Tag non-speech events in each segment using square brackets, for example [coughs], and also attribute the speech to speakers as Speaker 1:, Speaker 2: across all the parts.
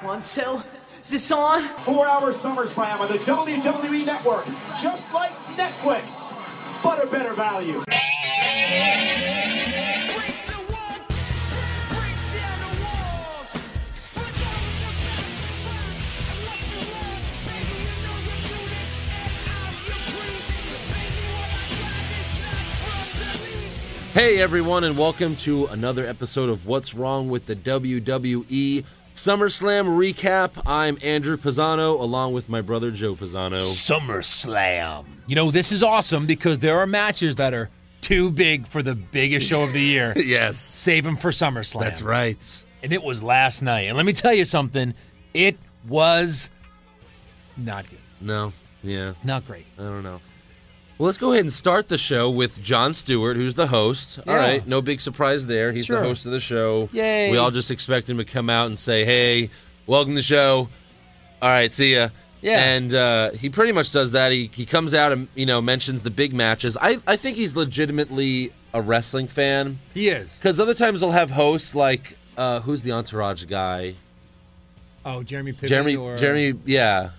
Speaker 1: one, two. Is this on?
Speaker 2: Four hour SummerSlam on the WWE Network, just like Netflix, but a better value.
Speaker 3: Break the wall. Break down the walls. Fight down your back to burn. Unless you want, baby, you know your Judas and I'm your priest. Baby, what I got is not from the least.
Speaker 4: Hey, everyone, and welcome to another episode of What's Wrong with the WWE SummerSlam Recap. I'm Andrew Pisano, along with my brother Joe Pisano.
Speaker 5: SummerSlam. You know, this is awesome because there are matches that are too big for the biggest show of
Speaker 4: [laughs]
Speaker 5: the year.
Speaker 4: Yes,
Speaker 5: Save them for SummerSlam.
Speaker 4: that's right.
Speaker 5: And it was last night. And let me tell you something it was not good.
Speaker 4: No, yeah,
Speaker 5: Not great.
Speaker 4: I don't know. Well, let's go ahead and start the show with John Stewart, who's the host. All
Speaker 5: Yeah.
Speaker 4: right, no big surprise there. He's
Speaker 5: Sure.
Speaker 4: the host of the show.
Speaker 5: Yay.
Speaker 4: We all just expect him to come out and say, "Hey, welcome to the show." All right, see ya.
Speaker 5: Yeah.
Speaker 4: And uh, he pretty much does that. He he comes out and you know mentions the big matches. I I think he's legitimately a wrestling fan
Speaker 5: He is.
Speaker 4: because other times they'll have hosts like uh, who's the entourage guy.
Speaker 5: Oh, Jeremy Piven. um,
Speaker 4: Jeremy, Jeremy, yeah,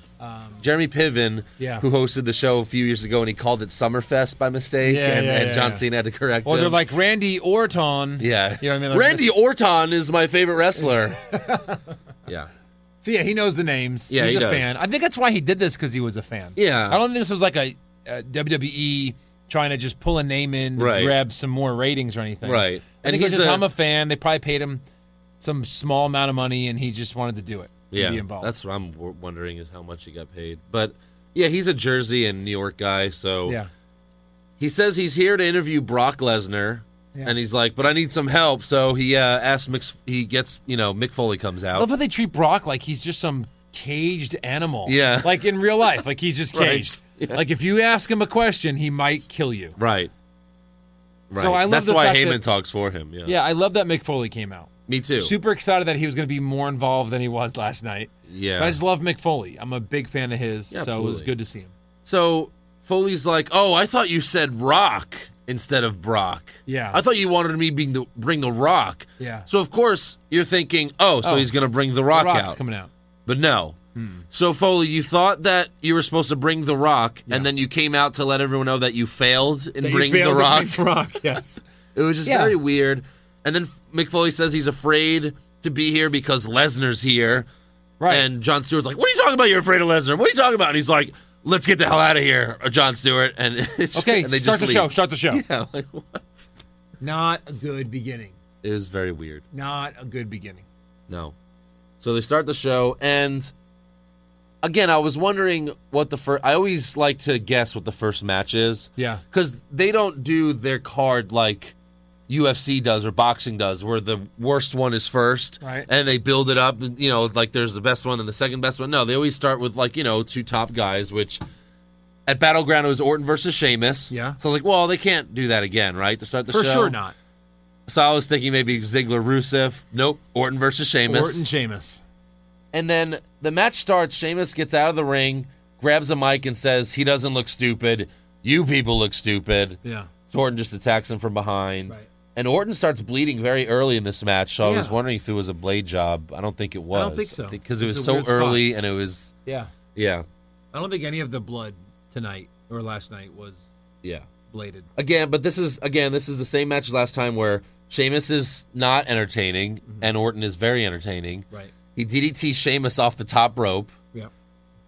Speaker 4: Jeremy Piven,
Speaker 5: Yeah.
Speaker 4: who hosted the show a few years ago, and he called it Summerfest by mistake,
Speaker 5: Yeah,
Speaker 4: and,
Speaker 5: yeah,
Speaker 4: and
Speaker 5: yeah,
Speaker 4: John
Speaker 5: yeah.
Speaker 4: Cena had to correct
Speaker 5: Or
Speaker 4: him.
Speaker 5: they're like Randy Orton.
Speaker 4: yeah,
Speaker 5: You know what I mean? Like
Speaker 4: Randy
Speaker 5: this-
Speaker 4: Orton is my favorite
Speaker 5: [laughs]
Speaker 4: wrestler. yeah,
Speaker 5: So, yeah, he knows the names.
Speaker 4: Yeah,
Speaker 5: He's
Speaker 4: he
Speaker 5: a
Speaker 4: does.
Speaker 5: fan. I think that's why he did this because he was a fan.
Speaker 4: Yeah.
Speaker 5: I don't think this was like a, a WWE trying to just pull a name in to
Speaker 4: Right.
Speaker 5: grab some more ratings or anything.
Speaker 4: Right.
Speaker 5: I
Speaker 4: And
Speaker 5: think it's
Speaker 4: he's
Speaker 5: just,
Speaker 4: a-
Speaker 5: i I'm a fan. They probably paid him some small amount of money and he just wanted to do it. and
Speaker 4: yeah,
Speaker 5: Be involved.
Speaker 4: that's what I'm w- wondering is how much he got paid. But yeah, he's a Jersey and New York guy, so
Speaker 5: Yeah.
Speaker 4: he says he's here to interview Brock Lesnar.
Speaker 5: Yeah.
Speaker 4: And he's like, but I need some help. So he uh, asks Mick. He gets, you know, Mick Foley comes
Speaker 5: I
Speaker 4: out.
Speaker 5: love how they treat Brock like he's just some caged animal.
Speaker 4: Yeah.
Speaker 5: [laughs] Like in real life, like he's
Speaker 4: [laughs]
Speaker 5: just
Speaker 4: Right.
Speaker 5: caged.
Speaker 4: Yeah.
Speaker 5: Like if you ask him a question, he might kill you.
Speaker 4: Right. Right.
Speaker 5: So I love
Speaker 4: That's
Speaker 5: the
Speaker 4: why
Speaker 5: fact
Speaker 4: Heyman
Speaker 5: that-
Speaker 4: talks for him. Yeah.
Speaker 5: Yeah, I love that Mick Foley came out.
Speaker 4: Me too.
Speaker 5: Super excited that he was going to be more involved than he was last night.
Speaker 4: Yeah.
Speaker 5: But I just love Mick Foley. I'm a big fan of his,
Speaker 4: Yeah,
Speaker 5: so it was
Speaker 4: absolutely.
Speaker 5: good to see him.
Speaker 4: so Foley's like, "Oh, I thought you said Rock instead of Brock.
Speaker 5: Yeah.
Speaker 4: I thought you wanted me being the, bring the Rock.
Speaker 5: Yeah.
Speaker 4: So of course you're thinking, oh, so
Speaker 5: Oh.
Speaker 4: he's gonna bring the Rock
Speaker 5: Rock's
Speaker 4: out,
Speaker 5: coming Hmm. out.
Speaker 4: but no. So Foley, you thought that you were supposed to bring the Rock, and then you came out to let everyone know that you failed in bringing the Rock.
Speaker 5: Rock, [laughs] yes.
Speaker 4: [laughs] It was just
Speaker 5: Yeah.
Speaker 4: very weird. And then Mick Foley says he's afraid to be here because Lesnar's here.
Speaker 5: Right.
Speaker 4: And John Stewart's like, "What are you talking about? You're afraid of Lesnar? What are you talking about?" And he's like, "Let's get the hell out of here, uh, John Stewart." And [laughs] it's-
Speaker 5: okay,
Speaker 4: and they just
Speaker 5: start the
Speaker 4: leave.
Speaker 5: show. Start the show.
Speaker 4: [laughs] Yeah, like what?
Speaker 5: [laughs] Not a good beginning.
Speaker 4: It is very weird.
Speaker 5: Not a good beginning.
Speaker 4: No. So they start the show, and again, I was wondering what the first. I always like to guess what the first match is.
Speaker 5: Yeah.
Speaker 4: Because they don't do their card like UFC does or boxing does, where the worst one is first,
Speaker 5: Right.
Speaker 4: And they build it up, and you know, like there's the best one and the second best one. No, they always start with like you know two top guys, which. At Battleground, it was Orton versus Sheamus.
Speaker 5: Yeah.
Speaker 4: So, like, well, they can't do that again, right? To start the
Speaker 5: For
Speaker 4: show?
Speaker 5: sure not.
Speaker 4: So, I was thinking maybe Ziggler Rusev. Nope. Orton versus Sheamus.
Speaker 5: Orton Sheamus.
Speaker 4: And then the match starts. Sheamus gets out of the ring, grabs a mic, and says, He doesn't look stupid. You people look stupid.
Speaker 5: Yeah.
Speaker 4: So Orton just attacks him from behind.
Speaker 5: Right.
Speaker 4: And Orton starts bleeding very early in this match. So I was
Speaker 5: Yeah.
Speaker 4: wondering if it was a blade job. I don't think it was.
Speaker 5: don't think so.
Speaker 4: Because it
Speaker 5: It's
Speaker 4: was
Speaker 5: a
Speaker 4: so
Speaker 5: weird spot.
Speaker 4: early and it was,
Speaker 5: Yeah.
Speaker 4: yeah.
Speaker 5: I don't think any of the blood tonight or last night was
Speaker 4: Yeah.
Speaker 5: bladed.
Speaker 4: again, but this is again, this is the same match as last time where Sheamus is not entertaining and Orton is very entertaining.
Speaker 5: Mm-hmm. Right.
Speaker 4: He DDT Sheamus off the top rope,
Speaker 5: Yeah.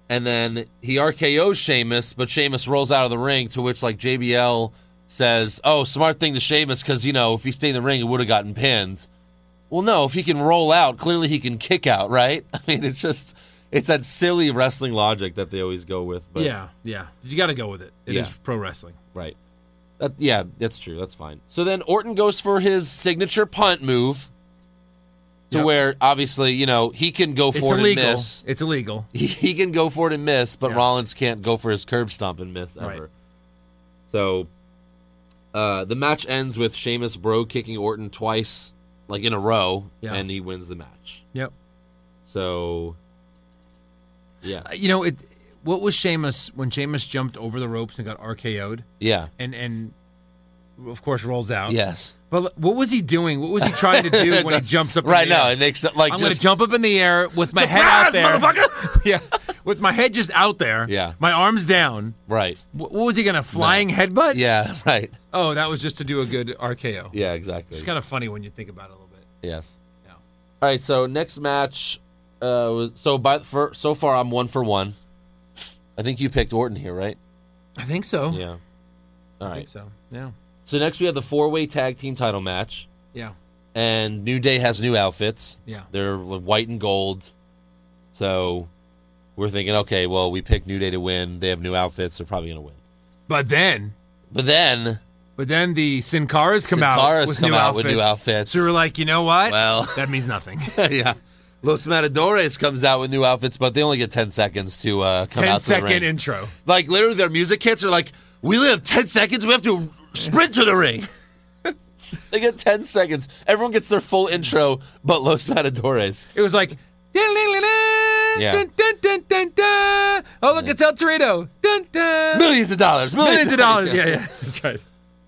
Speaker 4: and then he RKO's Sheamus, but Sheamus rolls out of the ring. To which like JBL says, "Oh, smart thing to Sheamus because you know if he stayed in the ring, he would have gotten pinned." Well, no, if he can roll out, clearly he can kick out, right? [laughs] I mean, it's just it's that silly wrestling logic that they always go with. But
Speaker 5: yeah. Yeah. You got to go with it. It is
Speaker 4: Yeah.
Speaker 5: pro wrestling.
Speaker 4: Right. That, yeah, that's true. That's fine. So then Orton goes for his signature punt move to
Speaker 5: Yep.
Speaker 4: where obviously, you know, he can go
Speaker 5: It's
Speaker 4: for it
Speaker 5: illegal.
Speaker 4: and miss.
Speaker 5: It's illegal.
Speaker 4: He can go for it and miss, but
Speaker 5: Yeah.
Speaker 4: Rollins can't go for his curb stomp and miss ever.
Speaker 5: Right.
Speaker 4: So uh, the match ends with Sheamus Bro kicking Orton twice, like in a row,
Speaker 5: Yeah.
Speaker 4: and he wins the match.
Speaker 5: Yep.
Speaker 4: So yeah,
Speaker 5: You know it. What was Sheamus when Sheamus jumped over the ropes and got RKO'd?
Speaker 4: yeah,
Speaker 5: And and of course, rolls out.
Speaker 4: Yes.
Speaker 5: But what was he doing? What was he trying to
Speaker 4: [laughs]
Speaker 5: do when he jumps up?
Speaker 4: right
Speaker 5: in the
Speaker 4: now,
Speaker 5: air?
Speaker 4: it makes like
Speaker 5: I'm gonna
Speaker 4: just
Speaker 5: jump up in the air with my
Speaker 4: "Surprise,
Speaker 5: head out there,
Speaker 4: motherfucker!
Speaker 5: [laughs] yeah, with my head just out there.
Speaker 4: Yeah.
Speaker 5: my arms down.
Speaker 4: right.
Speaker 5: Wh- What was he gonna flying headbutt?
Speaker 4: Yeah, [laughs] right.
Speaker 5: Oh, that was just to do a good RKO.
Speaker 4: Yeah, exactly.
Speaker 5: It's kind of funny when you think about it a little bit.
Speaker 4: yes.
Speaker 5: Yeah.
Speaker 4: All right. So next match. Uh, was- so by for so far, I'm one for one. I think you picked Orton here, right?
Speaker 5: I think so.
Speaker 4: Yeah. All
Speaker 5: I
Speaker 4: right.
Speaker 5: think so. Yeah.
Speaker 4: So next we have the four-way tag team title match,
Speaker 5: Yeah.
Speaker 4: and New Day has new outfits.
Speaker 5: Yeah.
Speaker 4: they're white and gold. So we're thinking, okay, well, we picked New Day to win. They have new outfits. They're probably going to win.
Speaker 5: But then,
Speaker 4: But then,
Speaker 5: but then the Sin Caras come
Speaker 4: Sin
Speaker 5: out
Speaker 4: Caras
Speaker 5: with
Speaker 4: come
Speaker 5: new
Speaker 4: out
Speaker 5: outfits.
Speaker 4: with new outfits.
Speaker 5: So we're like, you know what?
Speaker 4: Well. [laughs]
Speaker 5: that means nothing.
Speaker 4: yeah, Los Matadores comes out with new outfits, but they only get ten seconds to uh, come
Speaker 5: 10
Speaker 4: out to the
Speaker 5: second
Speaker 4: ring.
Speaker 5: intro.
Speaker 4: like literally, their music hits are like, we only have ten seconds. We have to sprint to the
Speaker 5: [laughs]
Speaker 4: ring. they get ten seconds. Everyone gets their full intro, but Los Matadores.
Speaker 5: It was like. Yeah. Dun, dun, dun, dun, dun. Oh, look, it's El Torito. Dun, dun.
Speaker 4: Millions of dollars. Millions,
Speaker 5: Millions of dollars.
Speaker 4: [laughs]
Speaker 5: Yeah, yeah. That's right.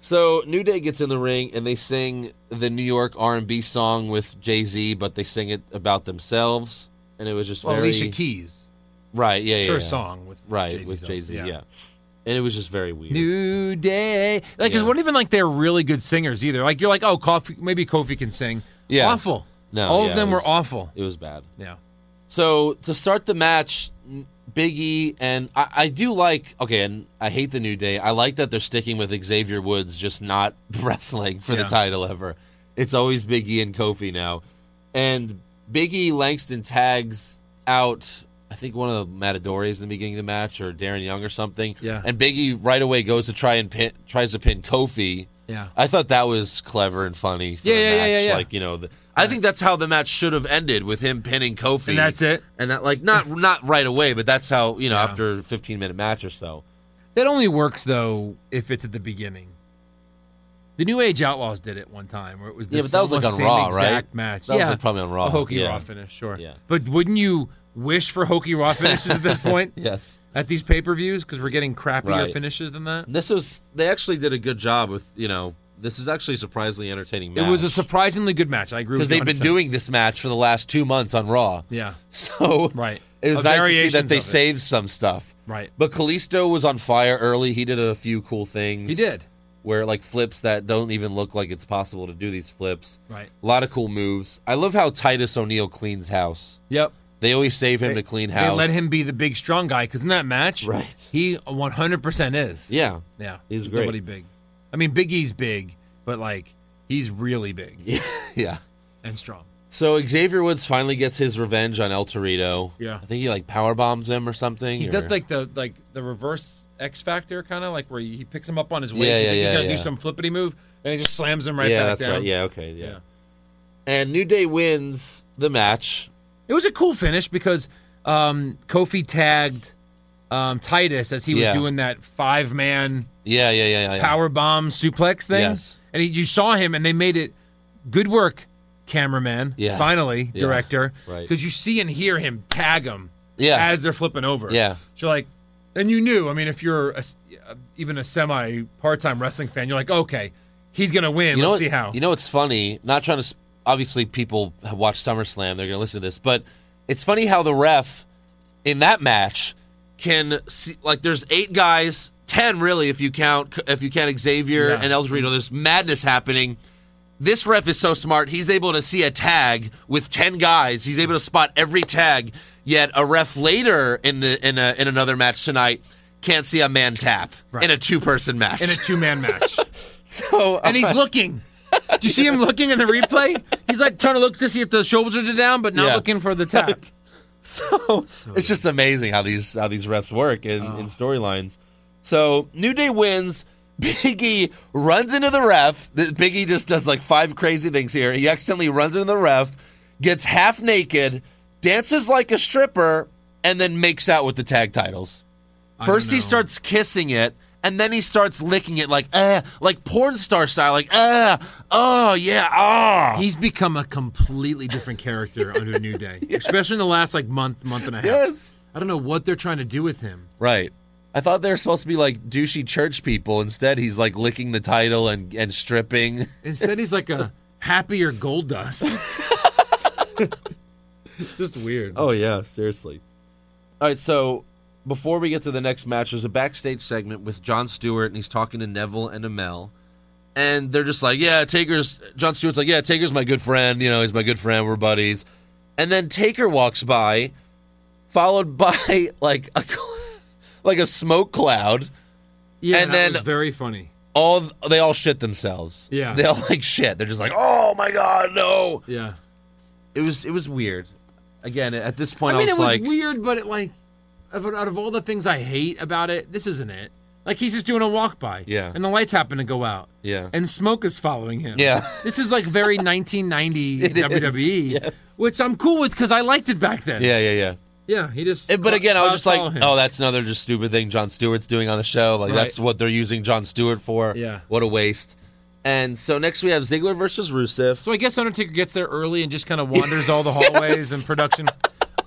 Speaker 4: So New Day gets in the ring and they sing the New York R and B song with Jay Z, but they sing it about themselves, and it was just
Speaker 5: Well,
Speaker 4: very
Speaker 5: Alicia Keys.
Speaker 4: right, yeah,
Speaker 5: It's
Speaker 4: yeah,
Speaker 5: her
Speaker 4: yeah.
Speaker 5: song with
Speaker 4: right
Speaker 5: Jay-Z's
Speaker 4: with
Speaker 5: on it.
Speaker 4: Jay Z, yeah. and it was just very weird.
Speaker 5: New day. Like
Speaker 4: Yeah.
Speaker 5: it wasn't even like they're really good singers either. Like you're like, oh, Kofi, maybe Kofi can sing.
Speaker 4: Yeah.
Speaker 5: Awful.
Speaker 4: No,
Speaker 5: All
Speaker 4: yeah,
Speaker 5: of them
Speaker 4: it was-
Speaker 5: were awful.
Speaker 4: it was bad.
Speaker 5: Yeah.
Speaker 4: So to start the match, Biggie and I, I do like okay, and I hate the New Day. I like that they're sticking with Xavier Woods, just not [laughs] wrestling for
Speaker 5: Yeah.
Speaker 4: the title ever. It's always Biggie and Kofi now, and Biggie Langston tags out. I think one of the Matadores in the beginning of the match, or Darren Young, or something.
Speaker 5: Yeah.
Speaker 4: And Biggie right away goes to try and pin, tries to pin Kofi.
Speaker 5: Yeah.
Speaker 4: I thought that was clever and funny. For
Speaker 5: Yeah,
Speaker 4: the
Speaker 5: yeah, yeah,
Speaker 4: match.
Speaker 5: yeah, yeah.
Speaker 4: Like you know, the, I think that's how the match should have ended with him pinning Kofi.
Speaker 5: And that's it?
Speaker 4: And that like not not right away, but that's how you know after a 15 minute match or so.
Speaker 5: That only works though if it's at the beginning. The New Age Outlaws did it one time where it was the
Speaker 4: Yeah, but that was, like,
Speaker 5: almost
Speaker 4: on
Speaker 5: same
Speaker 4: Raw, right?
Speaker 5: exact match.
Speaker 4: That was,
Speaker 5: yeah,
Speaker 4: like, probably on Raw.
Speaker 5: A Hokey
Speaker 4: Yeah.
Speaker 5: Raw finish, sure.
Speaker 4: Yeah.
Speaker 5: But wouldn't you wish for Hokey
Speaker 4: [laughs]
Speaker 5: Raw finishes at this point?
Speaker 4: Yes.
Speaker 5: At these pay per views because we're getting crappier
Speaker 4: Right.
Speaker 5: finishes than that.
Speaker 4: This was they actually did a good job with you know this is actually a surprisingly entertaining match.
Speaker 5: It was a surprisingly good match. I agree
Speaker 4: because
Speaker 5: with
Speaker 4: they've been
Speaker 5: 100%.
Speaker 4: doing this match for the last two months on Raw.
Speaker 5: Yeah.
Speaker 4: [laughs] So
Speaker 5: Right.
Speaker 4: it was
Speaker 5: A
Speaker 4: nice to see that
Speaker 5: variations
Speaker 4: they
Speaker 5: of it.
Speaker 4: saved some stuff.
Speaker 5: Right.
Speaker 4: But Kalisto was on fire early. He did a few cool things.
Speaker 5: He did.
Speaker 4: where like flips that don't even look like it's possible to do these flips.
Speaker 5: Right.
Speaker 4: A lot of cool moves. I love how Titus O'Neil cleans house.
Speaker 5: Yep.
Speaker 4: They always save him to clean house.
Speaker 5: They let him be the big strong guy because in that match,
Speaker 4: Right.
Speaker 5: He 100 percent is.
Speaker 4: [laughs] Yeah.
Speaker 5: yeah.
Speaker 4: He's
Speaker 5: There's
Speaker 4: great.
Speaker 5: Nobody big. I mean, Big E's big, but like he's really big
Speaker 4: Yeah. Yeah.
Speaker 5: and strong.
Speaker 4: So Xavier Woods finally gets his revenge on El Torito.
Speaker 5: Yeah.
Speaker 4: I think he like power bombs him or something.
Speaker 5: He
Speaker 4: or-
Speaker 5: does like the like the reverse X Factor kind of like where he picks him up on his waist.
Speaker 4: Yeah,
Speaker 5: you
Speaker 4: yeah,
Speaker 5: think
Speaker 4: yeah,
Speaker 5: he's gonna
Speaker 4: yeah.
Speaker 5: do some flippity move, and he just slams him right
Speaker 4: Yeah,
Speaker 5: back
Speaker 4: that's
Speaker 5: down.
Speaker 4: right. Yeah, okay. Yeah.
Speaker 5: Yeah.
Speaker 4: And New Day wins the match.
Speaker 5: It was a cool finish because um, Kofi tagged um, Titus as he was
Speaker 4: Yeah.
Speaker 5: doing that five man
Speaker 4: Yeah, yeah, yeah, yeah. yeah.
Speaker 5: power bomb suplex thing.
Speaker 4: Yes.
Speaker 5: And he, you saw him, and they made it good work, cameraman.
Speaker 4: Yeah.
Speaker 5: Finally,
Speaker 4: Yeah.
Speaker 5: director.
Speaker 4: Right.
Speaker 5: Because you see and hear him tag him.
Speaker 4: Yeah.
Speaker 5: As they're flipping over.
Speaker 4: Yeah.
Speaker 5: So you're like, and you knew. I mean, if you're a s uh even a semi part time wrestling fan, you're like, okay, he's gonna win.
Speaker 4: You know
Speaker 5: Let's
Speaker 4: what-
Speaker 5: see how.
Speaker 4: You know what's funny? Not trying to. sp- Obviously, people have watched SummerSlam. They're going to listen to this, but it's funny how the ref in that match can see like there's eight guys, ten really if you count if you count Xavier
Speaker 5: Yeah.
Speaker 4: and El Dorito. There's madness happening. This ref is so smart. He's able to see a tag with ten guys. He's able to spot every tag. Yet a ref later in the in a, in another match tonight can't see a man tap in a two person match. [laughs]
Speaker 5: in a two man match,
Speaker 4: so,
Speaker 5: and he's looking. Do you see him looking in the replay? He's like trying to look to see if the shoulders are down, but not
Speaker 4: Yeah.
Speaker 5: looking for the tap.
Speaker 4: So it's just amazing how these how these refs work in, in storylines. So New Day wins. [laughs] Biggie runs into the ref. Th- Biggie just does like five crazy things here. He accidentally runs into the ref, gets half naked, dances like a stripper, and then makes out with the tag titles. First he
Speaker 5: know.
Speaker 4: starts kissing it, and then he starts licking it like uh like porn star style, like uh oh yeah, ah.
Speaker 5: [laughs] He's become a completely different character under
Speaker 4: [laughs]
Speaker 5: New Day, especially in the last like month, month and a half.
Speaker 4: Yes.
Speaker 5: I don't know what they're trying to do with him.
Speaker 4: Right. I thought they were supposed to be like douchey church people. Instead, he's like licking the title and, and stripping. [laughs]
Speaker 6: Instead, he's like a happier gold
Speaker 5: [laughs]
Speaker 6: dust. Just weird.
Speaker 4: Oh yeah, seriously. All right, so before we get to the next match, there's a backstage segment with John Stewart, and he's talking to Neville and Amel, and they're just like, "Yeah, Taker's." John Stewart's like, "Yeah, Taker's my good friend. You know, he's my good friend. We're buddies." And then Taker walks by, followed [laughs] by like a like a smoke cloud.
Speaker 5: Yeah,
Speaker 4: And
Speaker 5: that
Speaker 4: then-
Speaker 5: was very funny.
Speaker 4: All they all shit themselves.
Speaker 5: Yeah.
Speaker 4: they all like shit. They're just like, "Oh my god, no!"
Speaker 5: Yeah,
Speaker 4: It was it was weird. Again, at this point,
Speaker 5: I
Speaker 4: I,
Speaker 5: mean, it
Speaker 4: was,
Speaker 5: was
Speaker 4: like,
Speaker 5: weird, but it, like, of- out of all the things I hate about it, this isn't it. Like he's just doing a walk by.
Speaker 4: Yeah.
Speaker 5: and the lights happen to go out.
Speaker 4: Yeah.
Speaker 5: and smoke is following him.
Speaker 4: Yeah.
Speaker 5: this is like very [laughs] 1990
Speaker 4: [laughs] It is,
Speaker 5: WWE,
Speaker 4: yes.
Speaker 5: E, which I'm cool with because I liked it back then.
Speaker 4: "Yeah, yeah, yeah."
Speaker 5: yeah. He just.
Speaker 4: And- but again, I was just like,
Speaker 5: follow him.
Speaker 4: oh, that's another just stupid thing John Stewart's doing on the show. Like,
Speaker 5: Right.
Speaker 4: that's what they're using John Stewart for.
Speaker 5: Yeah.
Speaker 4: What a waste. And so next we have Ziggler versus Rusev.
Speaker 5: So I guess Undertaker gets there early and just kind of wanders [laughs] all the hallways and production.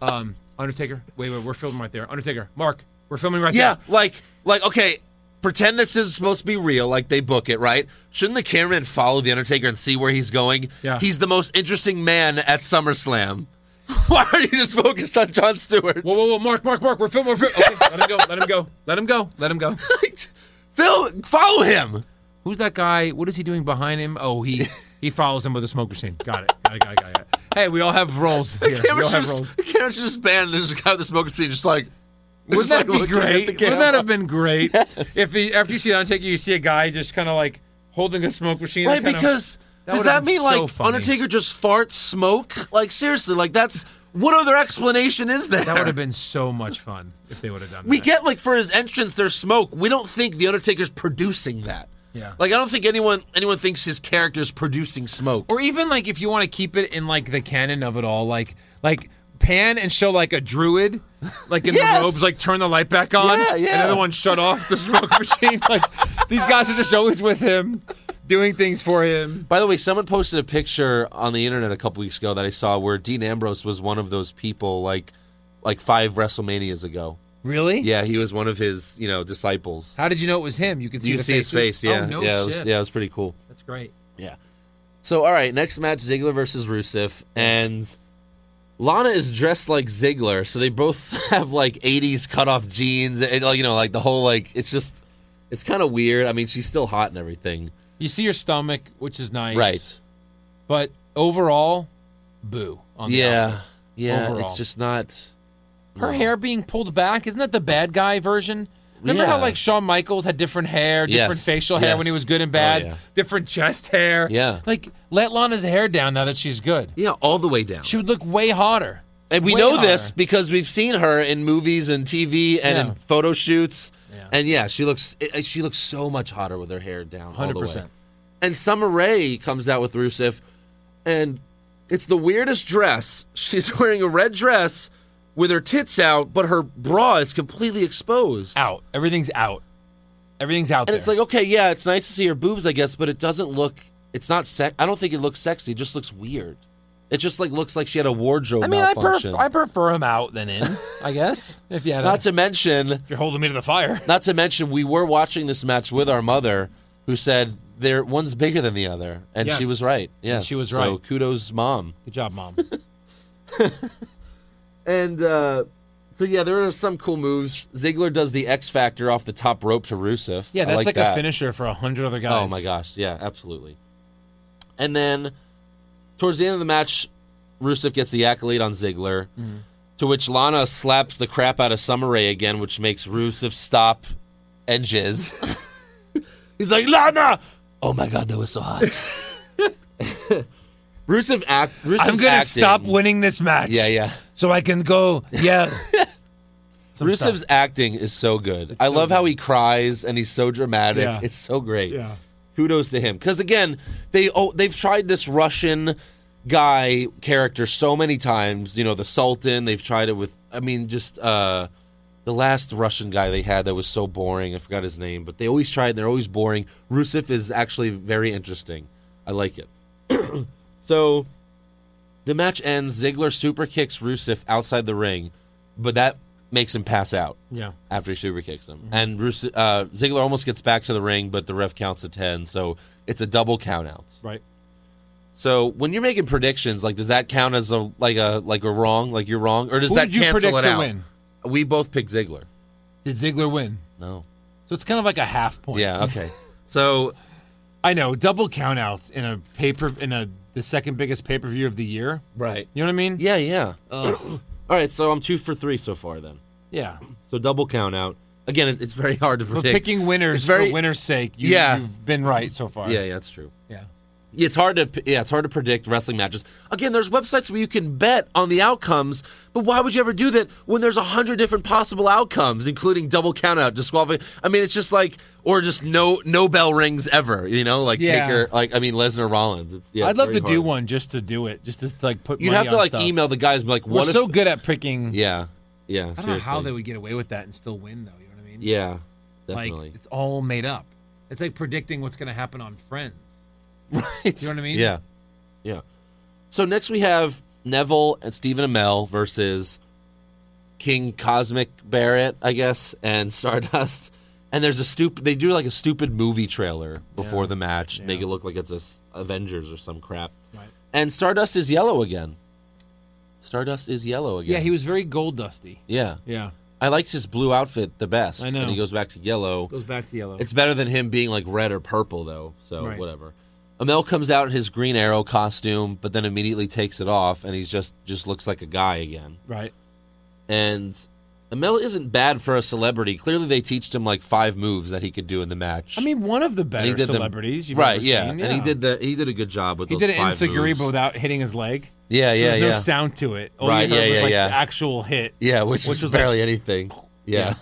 Speaker 5: Um, Undertaker, wait, wait, we're filming right there. Undertaker, Mark, we're filming right
Speaker 4: Yeah,
Speaker 5: there.
Speaker 4: like, like, okay, pretend this is supposed to be real, like they book it, right? Shouldn't the cameraman follow The Undertaker and see where he's going?
Speaker 5: Yeah.
Speaker 4: He's the most interesting man at SummerSlam. [laughs] Why are you just focused on John Stewart?
Speaker 5: Whoa, whoa, whoa, Mark, Mark, Mark, we're filming. We're filming. Okay, let him go, let him go, let him go, let him go.
Speaker 4: [laughs] Phil, follow him.
Speaker 5: Who's that guy? What is he doing behind him? Oh, he he follows him with a smoke machine. Got it. Got it. Got it. Got it. Got it. Hey, we all have roles
Speaker 4: The
Speaker 5: here. We all
Speaker 4: camera's
Speaker 5: have roles.
Speaker 4: [laughs] just, the camera's just banned. There's a guy with a smoke screen just like.
Speaker 5: Wouldn't
Speaker 4: just, like,
Speaker 5: that be
Speaker 4: looking at
Speaker 5: great?
Speaker 4: the
Speaker 5: Wouldn't that
Speaker 4: camera.
Speaker 5: have been great? If he, after you see Undertaker, you see a guy just kind of like holding a smoke machine.
Speaker 4: Right,
Speaker 5: kinda-
Speaker 4: because
Speaker 5: that
Speaker 4: does
Speaker 5: would've
Speaker 4: that
Speaker 5: been
Speaker 4: mean
Speaker 5: so
Speaker 4: like
Speaker 5: funny.
Speaker 4: Undertaker just farts smoke? Like seriously, like that's what other explanation is there?
Speaker 5: that would have been so much fun if they would have done
Speaker 4: We
Speaker 5: that.
Speaker 4: get like for his entrance, there's smoke. We don't think the Undertaker's producing that.
Speaker 5: Yeah.
Speaker 4: Like I don't think anyone anyone thinks his character's producing smoke.
Speaker 5: or even like if you want to keep it in like the canon of it all, like like pan and show like a druid, like in
Speaker 4: Yes.
Speaker 5: the robes, like turn the light back on,
Speaker 4: Yeah, yeah.
Speaker 5: and the other one shut off the smoke [laughs] machine. Like these guys are just always with him, doing things for him.
Speaker 4: By the way, someone posted a picture on the internet a couple weeks ago that I saw where Dean Ambrose was one of those people like like five WrestleManias ago.
Speaker 5: Really?
Speaker 4: Yeah, he was one of his, you know, disciples.
Speaker 5: How did you know it was him? You could see
Speaker 4: you
Speaker 5: the
Speaker 4: see his
Speaker 5: faces?
Speaker 4: face, yeah.
Speaker 5: Oh, no
Speaker 4: yeah, it
Speaker 5: shit.
Speaker 4: was, yeah, it was pretty cool.
Speaker 5: That's great.
Speaker 4: Yeah. So, all right, next match Ziggler versus Rusev. And Lana is dressed like Ziggler. So they both [laughs] have like 80s cutoff jeans. And, like, you know, like the whole, like, it's just, it's kind of weird. I mean, she's still hot and everything.
Speaker 5: You see your stomach, which is nice.
Speaker 4: Right.
Speaker 5: But overall, boo. On the outfit.
Speaker 4: Yeah. Yeah. It's
Speaker 5: Overall.
Speaker 4: just not.
Speaker 5: Her hair being pulled back, isn't that the bad guy version? Remember how
Speaker 4: Yeah.
Speaker 5: like Shawn Michaels had different hair, different
Speaker 4: Yes.
Speaker 5: facial hair when he
Speaker 4: Yes.
Speaker 5: was good and
Speaker 4: Oh,
Speaker 5: bad,
Speaker 4: yeah.
Speaker 5: different chest hair.
Speaker 4: Yeah.
Speaker 5: Like let Lana's hair down now that she's good.
Speaker 4: Yeah, all the way down.
Speaker 5: She would look way hotter.
Speaker 4: And we
Speaker 5: Way
Speaker 4: know this
Speaker 5: hotter.
Speaker 4: because we've seen her in movies and TV and
Speaker 5: Yeah.
Speaker 4: in photo shoots.
Speaker 5: Yeah.
Speaker 4: And yeah, she looks it- she looks so much hotter with her hair down. Hundred
Speaker 5: 100%.
Speaker 4: percent. And Summer Rae comes out with Rusev, and it's the weirdest dress. [laughs] She's wearing a red dress with her tits out, but her bra is completely exposed.
Speaker 5: Out. Everything's out. Everything's out
Speaker 4: And
Speaker 5: there.
Speaker 4: it's like, okay, yeah, it's nice to see her boobs, I guess, but it doesn't look. It's not sex. I don't think it looks sexy. It just looks weird. It just like looks like she had a wardrobe
Speaker 5: I mean, I,
Speaker 4: malfunction.
Speaker 5: pref- I prefer him out than in, I guess.
Speaker 4: [laughs]
Speaker 5: If you had
Speaker 4: not
Speaker 5: a,
Speaker 4: to mention
Speaker 5: you're holding me to the fire.
Speaker 4: Not to mention, we were watching this match with our mother, who said there one's bigger than the other, and she
Speaker 5: Yes.
Speaker 4: was right. Yeah,
Speaker 5: she was
Speaker 4: So
Speaker 5: right.
Speaker 4: kudos, mom.
Speaker 5: Good job, mom.
Speaker 4: And uh, so yeah, there are some cool moves. Ziggler does the X Factor off the top rope to Rusev.
Speaker 5: [laughs] Yeah,
Speaker 4: I
Speaker 5: that's
Speaker 4: like,
Speaker 5: like
Speaker 4: that.
Speaker 5: a finisher for a hundred other guys.
Speaker 4: Oh my gosh, yeah, absolutely. And then towards the end of the match, Rusev gets the accolade on Ziggler,
Speaker 5: Mm-hmm.
Speaker 4: to which Lana slaps the crap out of Summer Rae again, which makes Rusev stop and jizz.
Speaker 5: [laughs]
Speaker 4: He's like, Lana! Oh my god, that was so
Speaker 5: [laughs]
Speaker 4: hot. [laughs] Rusev act. Rusev's
Speaker 5: I'm gonna
Speaker 4: acting-
Speaker 5: stop winning this match.
Speaker 4: Yeah, yeah.
Speaker 5: So I can go.
Speaker 4: [laughs]
Speaker 5: Yeah.
Speaker 4: Rusev's acting is so good. I
Speaker 5: so
Speaker 4: love how he cries and he's so dramatic.
Speaker 5: Yeah.
Speaker 4: It's so great. kudos to him because again they oh, they've tried this russian guy character so many times you know the sultan they've tried it with i mean just uh the last russian guy they had that was so boring i forgot his name but they always try it and they're always boring rusev is actually very interesting i like it [clears throat] so the match ends ziggler super kicks rusev outside the ring but that makes him pass out
Speaker 5: Yeah. Mm-hmm.
Speaker 4: after he super kicks him. And Rus- uh, Ziggler almost gets back to the ring, but the ref counts to 10, so it's a double count out.
Speaker 5: Right.
Speaker 4: So when you're making predictions, like does that count as a like a like a wrong, like you're wrong, or does
Speaker 5: Who
Speaker 4: that
Speaker 5: did you
Speaker 4: cancel
Speaker 5: predict
Speaker 4: it
Speaker 5: to
Speaker 4: out?
Speaker 5: win?
Speaker 4: We both picked Ziggler.
Speaker 5: Did Ziggler win?
Speaker 4: No.
Speaker 5: So it's kind of like a half
Speaker 4: [laughs]
Speaker 5: point.
Speaker 4: Yeah. Okay. so
Speaker 5: I know. Double countouts in a paper in a the second biggest pay per view of the year.
Speaker 4: right.
Speaker 5: You know what I mean?
Speaker 4: Yeah. Yeah. [clears throat] All right. So I'm two for three so far then.
Speaker 5: Yeah.
Speaker 4: So double count out. Again, it- it's very hard to
Speaker 5: But
Speaker 4: predict.
Speaker 5: picking winners
Speaker 4: It's very-
Speaker 5: for winners' sake, you,
Speaker 4: Yeah.
Speaker 5: you've been right so far.
Speaker 4: Yeah, yeah, that's true.
Speaker 5: Yeah.
Speaker 4: Yeah, It's hard to p- yeah, it's hard to predict wrestling matches. Again, there's websites where you can bet on the outcomes, but why would you ever do that when there's a hundred different possible outcomes, including double countout, disqualify? I mean, it's just like or just no no bell rings ever. You know, like
Speaker 5: Yeah.
Speaker 4: Taker, like I mean Lesnar, Rollins. It's, yeah,
Speaker 5: I'd
Speaker 4: it's
Speaker 5: love to
Speaker 4: very
Speaker 5: do
Speaker 4: hard.
Speaker 5: one just to do it, just to like put.
Speaker 4: You'd
Speaker 5: money
Speaker 4: have to
Speaker 5: on
Speaker 4: like
Speaker 5: stuff.
Speaker 4: email the guys and be like,
Speaker 5: We're
Speaker 4: what if?
Speaker 5: so good at picking.
Speaker 4: yeah, yeah.
Speaker 5: I don't know
Speaker 4: seriously.
Speaker 5: how they would get away with that and still win, though. You know what I mean?
Speaker 4: Yeah, definitely.
Speaker 5: Like it's [laughs] all made up. It's like predicting what's going to happen on Friends.
Speaker 4: Right.
Speaker 5: You know what I mean?
Speaker 4: Yeah. Yeah. So next we have Neville and Stephen Amell versus King Cosmic Barrett, I guess, and [laughs] Stardust. And there's a stupid. They do like a stupid movie trailer before the match, make it look like it's a s- Avengers or some crap.
Speaker 5: Right.
Speaker 4: And Stardust is yellow again. Stardust is yellow again.
Speaker 5: Yeah, he was very gold dusty.
Speaker 4: Yeah.
Speaker 5: Yeah,
Speaker 4: I liked his blue outfit the best.
Speaker 5: I know.
Speaker 4: And he goes back to yellow.
Speaker 5: goes back to yellow.
Speaker 4: It's better than him being like red or purple though, so
Speaker 5: Right.
Speaker 4: whatever. Amel comes out in his green arrow costume, but then immediately takes it off and he's just just looks like a guy again.
Speaker 5: right.
Speaker 4: And Amel isn't bad for a celebrity. Clearly they teached him like five moves that he could do in the match.
Speaker 5: I mean, one of the
Speaker 4: And he
Speaker 5: better
Speaker 4: did them-
Speaker 5: celebrities you've
Speaker 4: right,
Speaker 5: ever
Speaker 4: yeah.
Speaker 5: seen.
Speaker 4: And he did the he did a good job with
Speaker 5: He
Speaker 4: those
Speaker 5: did it in
Speaker 4: five moves.
Speaker 5: Seguriba without hitting his leg.
Speaker 4: Yeah, yeah,
Speaker 5: There was no
Speaker 4: yeah.
Speaker 5: sound to it. All
Speaker 4: Right,
Speaker 5: you heard
Speaker 4: yeah,
Speaker 5: was
Speaker 4: yeah,
Speaker 5: like
Speaker 4: yeah.
Speaker 5: the actual hit.
Speaker 4: Yeah, which,
Speaker 5: Which
Speaker 4: was,
Speaker 5: was
Speaker 4: barely anything. Yeah.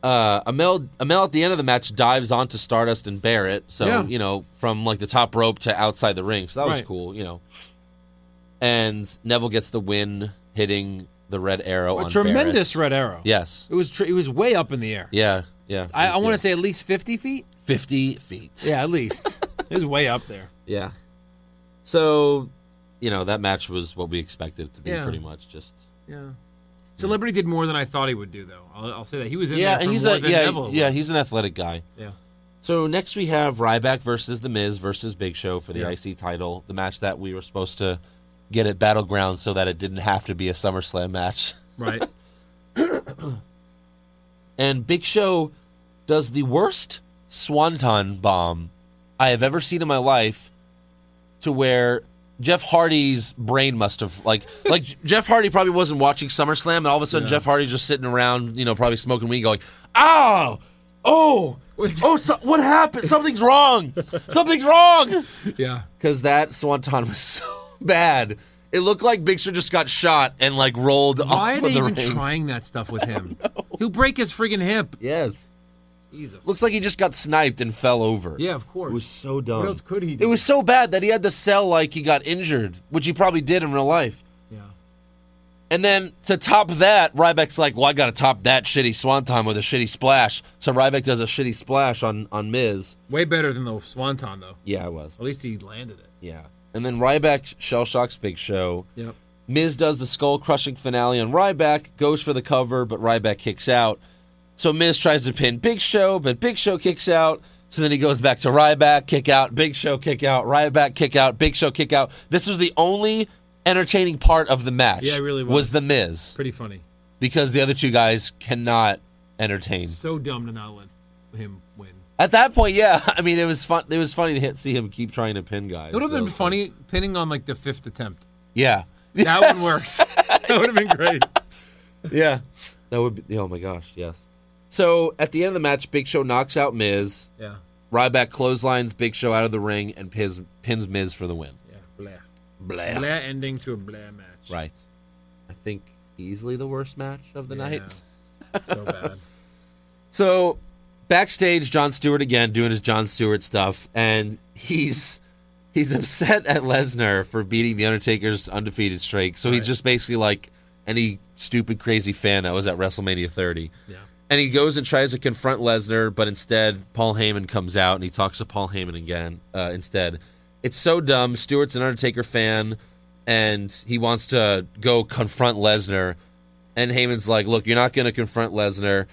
Speaker 4: Uh, Amel Amel at the end of the match dives onto Stardust and Barrett, so
Speaker 5: Yeah.
Speaker 4: you know from like the top rope to outside the ring, so that was
Speaker 5: Right.
Speaker 4: cool, you know. And Neville gets the win, hitting the red arrow
Speaker 5: A
Speaker 4: on
Speaker 5: tremendous
Speaker 4: Barrett.
Speaker 5: red arrow.
Speaker 4: Yes,
Speaker 5: It was tr- it was way up in the air.
Speaker 4: yeah, yeah.
Speaker 5: I, I want to say at least fifty feet.
Speaker 4: fifty feet.
Speaker 5: Yeah,
Speaker 4: [laughs]
Speaker 5: at least it was way up there.
Speaker 4: yeah. So, you know that match was what we expected it to be,
Speaker 5: Yeah.
Speaker 4: pretty much. Just
Speaker 5: Yeah. Celebrity did more than I thought he would do, though. I'll, I'll say that he was in
Speaker 4: yeah,
Speaker 5: there for
Speaker 4: and he's
Speaker 5: more
Speaker 4: a
Speaker 5: than
Speaker 4: yeah
Speaker 5: Neville
Speaker 4: yeah
Speaker 5: was.
Speaker 4: he's an athletic guy.
Speaker 5: yeah.
Speaker 4: So next we have Ryback versus The Miz versus Big Show for the
Speaker 5: Yeah.
Speaker 4: IC title, the match that we were supposed to get at Battleground so that it didn't have to be a SummerSlam match. [laughs]
Speaker 5: Right.
Speaker 4: And Big Show does the worst swanton bomb I have ever seen in my life to where Jeff Hardy's brain must have
Speaker 5: [laughs]
Speaker 4: like like Jeff Hardy probably wasn't watching SummerSlam and all of a sudden Jeff Hardy's just sitting around, you know, probably smoking weed going, "Ow! Oh! Oh, so, what happened? Something's wrong. Something's
Speaker 5: [laughs]
Speaker 4: wrong."
Speaker 5: yeah.
Speaker 4: because that swanton was [laughs] so bad. It looked like Big Show just got shot and like rolled off
Speaker 5: Why are
Speaker 4: of
Speaker 5: they
Speaker 4: the
Speaker 5: even
Speaker 4: ring.
Speaker 5: trying that stuff
Speaker 4: [laughs]
Speaker 5: with him? He'll break his friggin' hip.
Speaker 4: Yes,
Speaker 5: Jesus.
Speaker 4: looks like he just got sniped and fell over.
Speaker 5: yeah, of course.
Speaker 4: it was so dumb.
Speaker 5: else could he
Speaker 4: It
Speaker 5: do?
Speaker 4: was so bad that he had to sell like he got injured, which he probably did in real life.
Speaker 5: yeah.
Speaker 4: And then to top that, Ryback's like, "Well, I got to top that shitty swanton with a shitty splash." So Ryback does a shitty splash on on Miz.
Speaker 5: Way better than the swanton, though.
Speaker 4: Yeah, I was.
Speaker 5: At least he landed it.
Speaker 4: Yeah, and then Ryback shell shocks Big Show.
Speaker 5: Yep.
Speaker 4: Miz does the skull crushing finale on Ryback, goes for the cover, but Ryback kicks out. So Miz tries to pin Big Show, but Big Show kicks out. So then he goes back to Ryback, kick out, Big Show kick out, Ryback kick out, Big Show kick out. This was the only entertaining part of the match.
Speaker 5: Yeah, it really was.
Speaker 4: was the Miz
Speaker 5: Pretty funny.
Speaker 4: because the other two guys cannot entertain.
Speaker 5: So dumb to not let him win.
Speaker 4: At that point, yeah, [laughs] I mean it was fun. It was funny to hit, see him keep trying to pin guys.
Speaker 5: It would have
Speaker 4: That
Speaker 5: been
Speaker 4: was fun.
Speaker 5: funny pinning on like the fifth [laughs] attempt.
Speaker 4: Yeah,
Speaker 5: That one works. [laughs] that would have been great.
Speaker 4: Yeah. That would be, oh my gosh, yes. So at the end of the match, Big Show knocks out Miz.
Speaker 5: Yeah.
Speaker 4: Ryback clotheslines Big Show out of the ring and pins, pins Miz for the win.
Speaker 5: Yeah. Blair.
Speaker 4: Blah.
Speaker 5: Blair ending to a Blair match.
Speaker 4: Right. I think easily the worst match of the night.
Speaker 5: Yeah. So bad.
Speaker 4: So backstage, John Stewart again doing his John Stewart stuff, and he's he's upset at Lesnar for beating the Undertaker's undefeated streak. So he's just basically like any stupid crazy fan that was at WrestleMania 30.
Speaker 5: Yeah.
Speaker 4: And he goes and tries to confront Lesnar, but instead Paul Heyman comes out and he talks to Paul Heyman again. Uh, instead, it's so dumb. Stewart's an Undertaker fan, and he wants to go confront Lesnar, And Heyman's like, look, you're not going to confront Lesnar.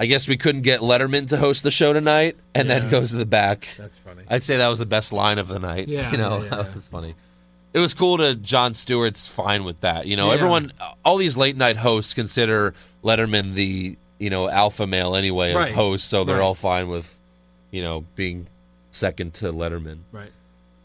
Speaker 4: I guess we couldn't get Letterman to host the show tonight, and then goes to the back.
Speaker 5: That's funny.
Speaker 4: I'd say that was the best line of the night.
Speaker 5: Yeah,
Speaker 4: you know
Speaker 5: yeah, yeah,
Speaker 4: that was funny. It was cool to John Stewart's fine with that. You know,
Speaker 5: Yeah.
Speaker 4: everyone, all these late night hosts consider Letterman the you know alpha male anyway of
Speaker 5: Right.
Speaker 4: hosts, so they're
Speaker 5: Right.
Speaker 4: all fine with you know being second to Letterman.
Speaker 5: Right.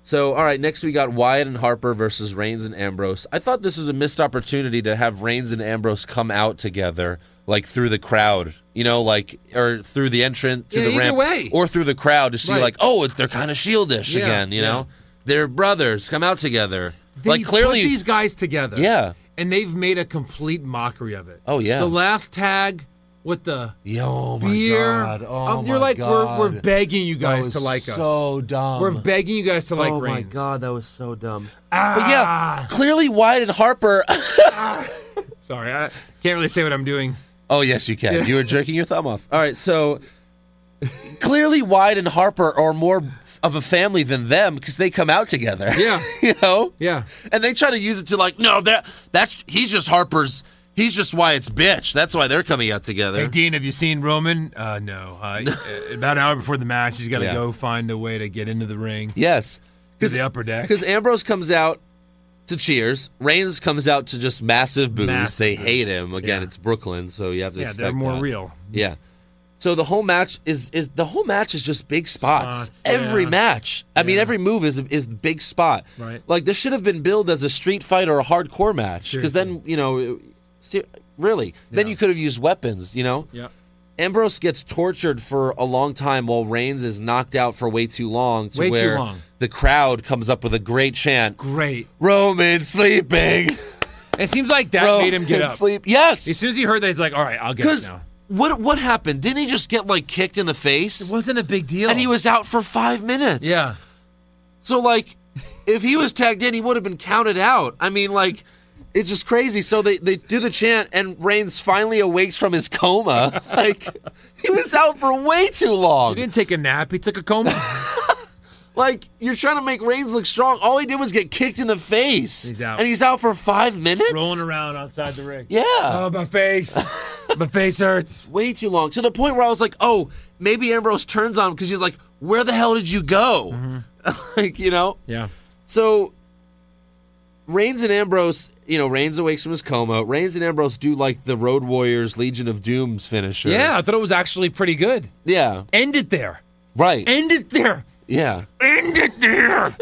Speaker 4: So, all right, next we got Wyatt and Harper versus Reigns and Ambrose. I thought this was a missed opportunity to have Reigns and Ambrose come out together, like through the crowd, you know, like or through the entrance, through
Speaker 5: Yeah,
Speaker 4: the
Speaker 5: either
Speaker 4: ramp,
Speaker 5: way.
Speaker 4: or through the crowd to see,
Speaker 5: Right.
Speaker 4: like, oh, they're kind of shieldish
Speaker 5: Yeah,
Speaker 4: again, you know, they're brothers, come out together,
Speaker 5: They
Speaker 4: like clearly,
Speaker 5: put these guys together.
Speaker 4: Yeah.
Speaker 5: And they've made a complete mockery of it.
Speaker 4: Oh, yeah.
Speaker 5: The last tag with the
Speaker 4: Yo, oh my
Speaker 5: beer.
Speaker 4: god, oh
Speaker 5: Um,
Speaker 4: my
Speaker 5: you're like
Speaker 4: god.
Speaker 5: we're we're begging you
Speaker 4: That
Speaker 5: guys
Speaker 4: was
Speaker 5: to like us.
Speaker 4: so dumb.
Speaker 5: We're begging you guys to like
Speaker 4: oh
Speaker 5: Reigns.
Speaker 4: my god, that was so dumb.
Speaker 5: Ah,
Speaker 4: But yeah, clearly Wyatt and Harper.
Speaker 5: Sorry, I can't really say what I'm doing.
Speaker 4: Oh yes, you can. You were jerking your thumb off. All right, so [laughs] clearly Wyatt and Harper are more of a family than them because they come out together.
Speaker 5: Yeah.
Speaker 4: [laughs] you know.
Speaker 5: Yeah.
Speaker 4: and they try to use it to like, no, that that's he's just Harper's. He's just Wyatt's bitch. That's why they're coming out
Speaker 5: Hey,
Speaker 4: together.
Speaker 5: Dean, have you seen Roman? Uh, no.
Speaker 4: [laughs]
Speaker 5: Uh, uh, about an hour before the match, he's got to
Speaker 4: Yeah.
Speaker 5: go find a way to get into the ring.
Speaker 4: yes,
Speaker 5: Because the upper deck.
Speaker 4: because Ambrose comes out to cheers. Reigns comes out to just massive booze.
Speaker 5: Massive
Speaker 4: they
Speaker 5: boos.
Speaker 4: hate him again.
Speaker 5: Yeah.
Speaker 4: It's Brooklyn, so you have to.
Speaker 5: Yeah,
Speaker 4: expect
Speaker 5: they're more
Speaker 4: that.
Speaker 5: real.
Speaker 4: Yeah. So the whole match is is the whole match is just big spots.
Speaker 5: Spots,
Speaker 4: every
Speaker 5: yeah.
Speaker 4: match. I mean,
Speaker 5: Yeah.
Speaker 4: every move is is the big spot.
Speaker 5: Right.
Speaker 4: Like this should have been billed as a street fight or a hardcore match because then you know, it- se- really, then you could have used weapons. You know.
Speaker 5: Yeah.
Speaker 4: Ambrose gets tortured for a long time while Reigns is knocked out for way too long. To
Speaker 5: Way too
Speaker 4: where
Speaker 5: long.
Speaker 4: The crowd comes up with a great chant.
Speaker 5: Great.
Speaker 4: Roman sleeping.
Speaker 5: It seems like [laughs] that made him get
Speaker 4: Roman
Speaker 5: up.
Speaker 4: Sleep. Yes.
Speaker 5: As soon as he heard that, he's like, all right, I'll get it
Speaker 4: Because
Speaker 5: now.
Speaker 4: what what happened? Didn't he just get like kicked in the face?
Speaker 5: It wasn't a big deal.
Speaker 4: And he was out for five minutes.
Speaker 5: Yeah.
Speaker 4: So like, if he was tagged in, he would have been counted out. I mean, like, it's just crazy. So they they do the chant, and Reigns finally awakes from his
Speaker 5: [laughs]
Speaker 4: coma. Like, he was out for way too
Speaker 5: He
Speaker 4: long.
Speaker 5: didn't take a nap. He took
Speaker 4: [laughs]
Speaker 5: a coma.
Speaker 4: Like, you're trying to make Reigns look strong. All he did was get kicked in the face.
Speaker 5: He's out.
Speaker 4: And he's out for five minutes.
Speaker 5: rolling around outside the ring.
Speaker 4: Yeah.
Speaker 5: Oh,
Speaker 4: [laughs]
Speaker 5: my face. my face hurts.
Speaker 4: way too long to the point where I was like, oh, maybe Ambrose turns on him because he's like, where the hell did you go?
Speaker 5: Mm-hmm.
Speaker 4: [laughs] like, you know?
Speaker 5: Yeah.
Speaker 4: So Reigns and Ambrose, you know, Reigns awakes from his coma. Reigns and Ambrose do like the Road Warriors Legion of Doom's finisher.
Speaker 5: Yeah, I thought it was actually pretty good.
Speaker 4: Yeah.
Speaker 5: End it there.
Speaker 4: Right.
Speaker 5: End it there.
Speaker 4: yeah.
Speaker 5: End it there.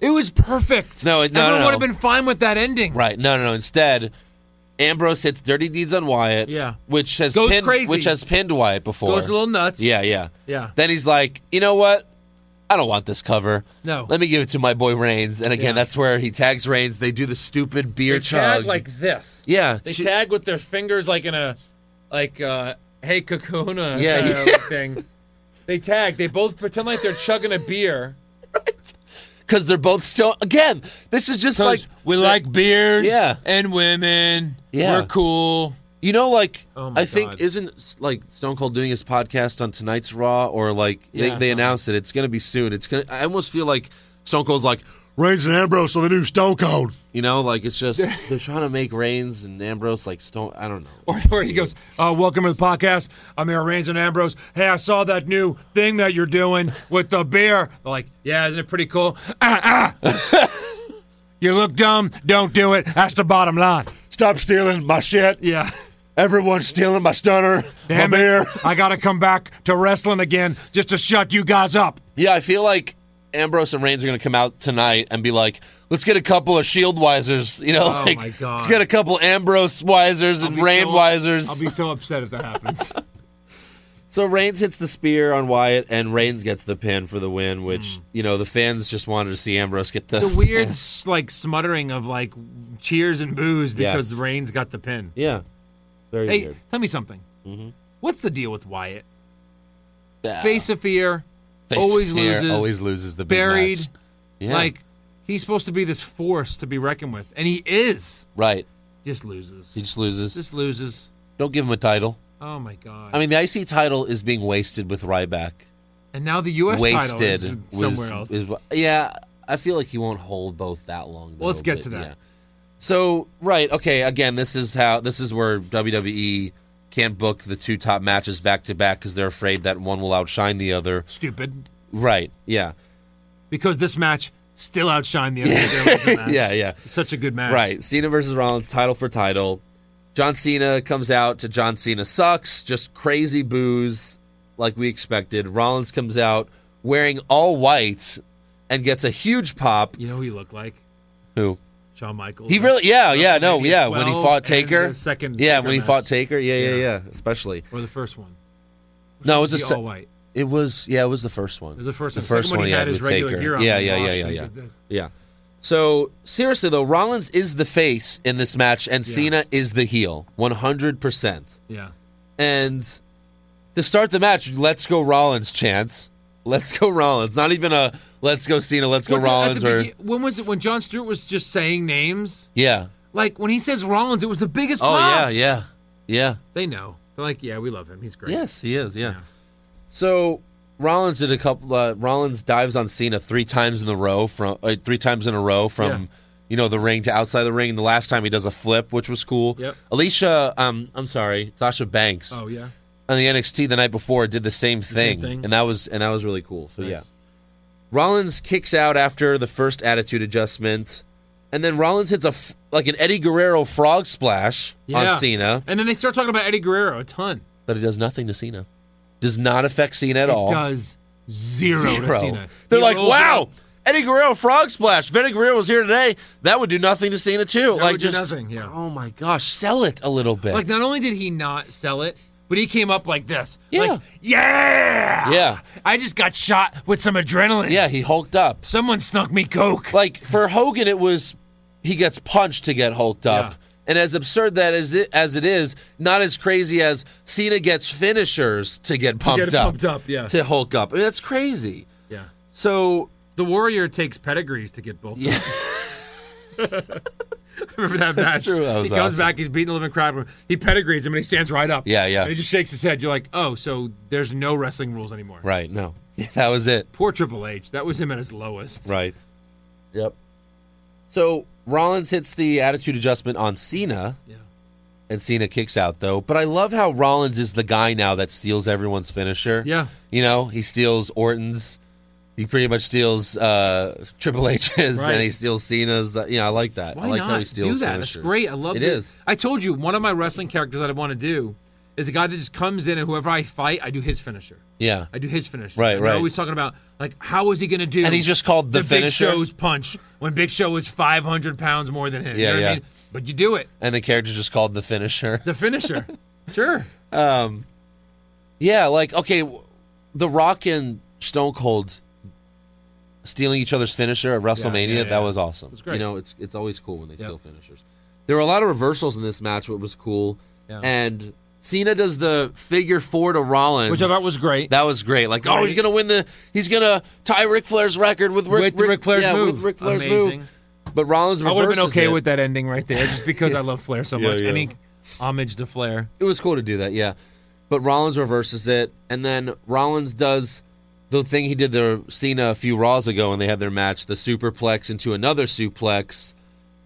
Speaker 5: it was perfect.
Speaker 4: No, it- no,
Speaker 5: Everyone
Speaker 4: no,
Speaker 5: would
Speaker 4: no.
Speaker 5: have been fine with that ending.
Speaker 4: Right. No, no, no. Instead, Ambrose hits dirty deeds on Wyatt.
Speaker 5: Yeah.
Speaker 4: Which has
Speaker 5: Goes
Speaker 4: pinned
Speaker 5: crazy.
Speaker 4: which has pinned Wyatt before.
Speaker 5: Goes a little nuts.
Speaker 4: Yeah, yeah.
Speaker 5: Yeah.
Speaker 4: Then he's like, you know what? I don't want this cover.
Speaker 5: No.
Speaker 4: Let me give it to my boy Reigns. And again,
Speaker 5: Yeah.
Speaker 4: that's where he tags Reigns. They do the stupid beer
Speaker 5: They
Speaker 4: chug.
Speaker 5: tag like this.
Speaker 4: yeah.
Speaker 5: They
Speaker 4: ch-
Speaker 5: tag with their fingers like in a like uh hey cocoona
Speaker 4: Yeah,
Speaker 5: kind
Speaker 4: yeah.
Speaker 5: of [laughs] thing. They tag. They both pretend like they're chugging a beer.
Speaker 4: Because they're both still. Again, this is just like.
Speaker 5: we like beers
Speaker 4: Yeah.
Speaker 5: and women.
Speaker 4: Yeah.
Speaker 5: We're cool.
Speaker 4: You know, like.
Speaker 5: Oh my
Speaker 4: I think,
Speaker 5: God.
Speaker 4: isn't like Stone Cold doing his podcast on tonight's Raw? Or like,
Speaker 5: Yeah,
Speaker 4: they, they
Speaker 5: something.
Speaker 4: announced it. It's going to be soon. It's gonna, I almost feel like Stone Cold's like, Reigns and Ambrose are the new Stone Cold. You know, like it's
Speaker 5: [laughs]
Speaker 4: just. they're trying to make Reigns and Ambrose like Stone. I don't know.
Speaker 5: [laughs] Or, or he goes, uh, welcome to the podcast. I'm here, Reigns and Ambrose. Hey, I saw that new thing that you're doing with the beer. They're like, yeah, isn't it pretty cool? [laughs] Ah, ah. you look dumb. Don't do it. That's the bottom line.
Speaker 4: Stop stealing my shit.
Speaker 5: Yeah.
Speaker 4: Everyone's stealing my stunner,
Speaker 5: Damn
Speaker 4: my
Speaker 5: it.
Speaker 4: beer.
Speaker 5: I got to come back to wrestling again just to shut you guys up.
Speaker 4: Yeah, I feel like Ambrose and Reigns are going to come out tonight and be like, "Let's get a couple of Shield Wisers," you know?
Speaker 5: Oh,
Speaker 4: like,
Speaker 5: my God.
Speaker 4: Let's get a couple Ambrose Wisers and
Speaker 5: be
Speaker 4: Reign
Speaker 5: so-
Speaker 4: Wisers.
Speaker 5: I'll be so upset if that
Speaker 4: [laughs]
Speaker 5: happens.
Speaker 4: so Reigns hits the spear on Wyatt, and Reigns gets the pin for the win.
Speaker 5: Hmm.
Speaker 4: Which you know the fans just wanted to see Ambrose get the
Speaker 5: It's a weird, s- like, smuttering of, like, cheers and boos because
Speaker 4: Yes.
Speaker 5: Reigns got the pin.
Speaker 4: yeah, very
Speaker 5: Hey,
Speaker 4: weird. Mm-hmm.
Speaker 5: tell me something. What's the deal with Wyatt?
Speaker 4: Yeah.
Speaker 5: Face of fear,
Speaker 4: Face
Speaker 5: always
Speaker 4: here,
Speaker 5: loses,
Speaker 4: always loses the big
Speaker 5: buried.
Speaker 4: match. Yeah.
Speaker 5: Like he's supposed to be this force to be reckoned with, and he is.
Speaker 4: right.
Speaker 5: Just loses.
Speaker 4: He just loses.
Speaker 5: just loses.
Speaker 4: Don't give him a title.
Speaker 5: Oh my god!
Speaker 4: I mean, the IC title is being wasted with Ryback.
Speaker 5: and now the U.S. title is
Speaker 4: wasted
Speaker 5: somewhere
Speaker 4: was-
Speaker 5: else.
Speaker 4: is wha- yeah, I feel like he won't hold both that long. Though,
Speaker 5: Well, let's get
Speaker 4: but
Speaker 5: to that.
Speaker 4: yeah. So right, okay. Again, this is how this is where WWE can't book the two top matches back to back because they're afraid that one will outshine the other.
Speaker 5: Stupid.
Speaker 4: Right? Yeah.
Speaker 5: Because this match still outshined the
Speaker 4: [laughs]
Speaker 5: other yeah. match.
Speaker 4: Yeah. Yeah.
Speaker 5: It's such a good match.
Speaker 4: Right. Cena versus Rollins, title for title. John Cena comes out to John Cena sucks, just crazy boos like we expected. Rollins comes out wearing all white and gets a huge pop.
Speaker 5: You know who he looked like?
Speaker 4: Who?
Speaker 5: Shawn Michaels.
Speaker 4: He really yeah, yeah, no,
Speaker 5: Maybe
Speaker 4: yeah, when he
Speaker 5: 12
Speaker 4: fought
Speaker 5: and
Speaker 4: Taker.
Speaker 5: the second
Speaker 4: yeah,
Speaker 5: Taker
Speaker 4: when he
Speaker 5: match.
Speaker 4: fought Taker. Yeah, yeah, yeah,
Speaker 5: Yeah.
Speaker 4: especially.
Speaker 5: Or the first one.
Speaker 4: No, it was
Speaker 5: The
Speaker 4: a se-
Speaker 5: all white.
Speaker 4: It was yeah, it was the first one.
Speaker 5: It was the first
Speaker 4: the
Speaker 5: one.
Speaker 4: first
Speaker 5: Second
Speaker 4: one
Speaker 5: one he
Speaker 4: yeah,
Speaker 5: had his
Speaker 4: with
Speaker 5: regular
Speaker 4: Taker.
Speaker 5: gear on
Speaker 4: Yeah,
Speaker 5: and
Speaker 4: yeah, yeah,
Speaker 5: lost
Speaker 4: yeah,
Speaker 5: and he
Speaker 4: yeah.
Speaker 5: did this.
Speaker 4: Yeah. So seriously though, Rollins is the face in this match, and Cena is the heel, one hundred percent.
Speaker 5: Yeah.
Speaker 4: And to start the match, let's go Rollins chance. Let's go Rollins. Not even a let's go Cena, let's go
Speaker 5: Well, at
Speaker 4: Rollins
Speaker 5: the
Speaker 4: or
Speaker 5: begin- when was it when John Stewart was just saying names?
Speaker 4: yeah.
Speaker 5: Like when he says Rollins, it was the biggest
Speaker 4: Oh yeah,
Speaker 5: pop.
Speaker 4: yeah, yeah.
Speaker 5: They know. They're like, yeah, we love him. He's great.
Speaker 4: Yes, he is. Yeah. So Rollins did a couple. Uh, Rollins dives on Cena three times in the row from uh, three times in a row from
Speaker 5: Yeah.
Speaker 4: you know the ring to outside the ring. The last time he does a flip, which was cool.
Speaker 5: Yep.
Speaker 4: Alicia, um, I'm sorry, Sasha Banks
Speaker 5: Oh yeah.
Speaker 4: on the NXT the night before did the same thing,
Speaker 5: thing.
Speaker 4: and that was and that was really cool. So
Speaker 5: Nice.
Speaker 4: Oh, yeah. Rollins kicks out after the first attitude adjustment, and then Rollins hits a f- like an Eddie Guerrero frog splash
Speaker 5: Yeah.
Speaker 4: on Cena,
Speaker 5: And then they start talking about Eddie Guerrero a ton.
Speaker 4: but it does nothing to Cena. Does not affect Cena at all.
Speaker 5: It does zero, to
Speaker 4: Zero.
Speaker 5: Cena.
Speaker 4: They're
Speaker 5: He
Speaker 4: like,
Speaker 5: rolls
Speaker 4: wow,
Speaker 5: up.
Speaker 4: Eddie Guerrero frog splash. If Eddie Guerrero was here today, that would do nothing to Cena too.
Speaker 5: That
Speaker 4: like
Speaker 5: would do
Speaker 4: just
Speaker 5: nothing, yeah.
Speaker 4: Oh my gosh, sell it a little bit.
Speaker 5: Like not only did he not sell it, but he came up like this.
Speaker 4: Yeah.
Speaker 5: Like, yeah.
Speaker 4: Yeah.
Speaker 5: I just got shot with some adrenaline.
Speaker 4: yeah, he hulked up.
Speaker 5: Someone snuck me coke.
Speaker 4: Like for Hogan, it was he gets punched to get hulked up.
Speaker 5: Yeah.
Speaker 4: And as absurd that as it as it is, not as crazy as Cena gets finishers to get pumped up,
Speaker 5: pumped up, yeah.
Speaker 4: to Hulk up. I mean, that's crazy.
Speaker 5: yeah.
Speaker 4: So
Speaker 5: The Warrior takes pedigrees to get both. Yeah. [laughs] Remember that match?
Speaker 4: true. That was
Speaker 5: he comes
Speaker 4: awesome.
Speaker 5: back, he's beating the living crap. He pedigrees him and he stands right up.
Speaker 4: Yeah, yeah.
Speaker 5: And he just shakes his head. You're like, oh, so there's no wrestling rules anymore.
Speaker 4: right, no, [laughs] that was it.
Speaker 5: Poor Triple H. That was him at his lowest.
Speaker 4: Right. Yep. So Rollins hits the attitude adjustment on Cena,
Speaker 5: Yeah.
Speaker 4: and Cena kicks out though. But I love how Rollins is the guy now that steals everyone's finisher.
Speaker 5: Yeah.
Speaker 4: You know, he steals Orton's. He pretty much steals uh, Triple H's
Speaker 5: Right.
Speaker 4: and he steals Cena's. Uh, yeah, I like that.
Speaker 5: Why
Speaker 4: I like
Speaker 5: not
Speaker 4: how he steals
Speaker 5: do that?
Speaker 4: finishers.
Speaker 5: It's great. I love
Speaker 4: It
Speaker 5: it.
Speaker 4: is.
Speaker 5: I told you one of my wrestling characters that I want to do is a guy that just comes in and whoever I fight, I do his finisher.
Speaker 4: Yeah.
Speaker 5: I do his finisher.
Speaker 4: Right,
Speaker 5: And they're
Speaker 4: right.
Speaker 5: Always talking about like how is he going to do?
Speaker 4: And he's just called the
Speaker 5: the
Speaker 4: finisher?
Speaker 5: Big Show's punch when Big Show was 500 pounds more than him.
Speaker 4: Yeah,
Speaker 5: you know what
Speaker 4: yeah.
Speaker 5: I mean? But you do it.
Speaker 4: And the character's just called the
Speaker 5: [laughs]
Speaker 4: finisher. [laughs]
Speaker 5: The finisher. sure.
Speaker 4: Yeah, like okay, w- The Rock and Stone Cold stealing each other's finisher at WrestleMania.
Speaker 5: yeah,
Speaker 4: That
Speaker 5: yeah.
Speaker 4: was awesome.
Speaker 5: was great.
Speaker 4: You know, it's it's always cool when they steal finishers. There were a lot of reversals in this match, what was cool.
Speaker 5: Yeah.
Speaker 4: And Cena does the figure four to Rollins,
Speaker 5: Which I thought was great.
Speaker 4: That was great. Like, oh, he's gonna win the, he's gonna tie Ric Flair's record with Ric,
Speaker 5: With the Ric Flair's
Speaker 4: yeah,
Speaker 5: move.
Speaker 4: With Ric Flair's
Speaker 5: Amazing.
Speaker 4: move. But Rollins
Speaker 5: I
Speaker 4: reverses
Speaker 5: would have been okay
Speaker 4: it.
Speaker 5: with that ending right there, just because [laughs] I love Flair so
Speaker 4: Yeah,
Speaker 5: much.
Speaker 4: yeah.
Speaker 5: Any homage to Flair.
Speaker 4: It was cool to do that, yeah. But Rollins reverses it, and then Rollins does the thing he did to Cena a few Raws ago when they had their match, the superplex into another suplex,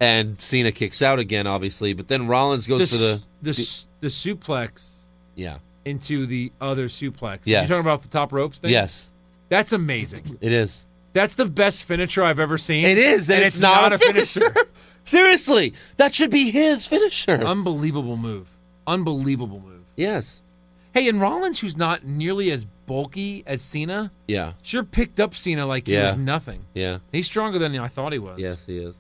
Speaker 4: and Cena kicks out again, obviously. But then Rollins goes for the
Speaker 5: the, s- the suplex
Speaker 4: yeah,
Speaker 5: into the other suplex.
Speaker 4: Yes.
Speaker 5: You're talking about the top ropes thing?
Speaker 4: yes,
Speaker 5: That's amazing.
Speaker 4: it is.
Speaker 5: That's the best finisher I've ever seen.
Speaker 4: It is, and it's not a Seriously, that should be his finisher.
Speaker 5: Um, Unbelievable move. Unbelievable move.
Speaker 4: yes,
Speaker 5: Hey, and Rollins, who's not nearly as bulky as Cena,
Speaker 4: yeah,
Speaker 5: sure picked up Cena like he
Speaker 4: Yeah.
Speaker 5: was nothing.
Speaker 4: yeah.
Speaker 5: He's stronger than I thought he was.
Speaker 4: Yes, he is.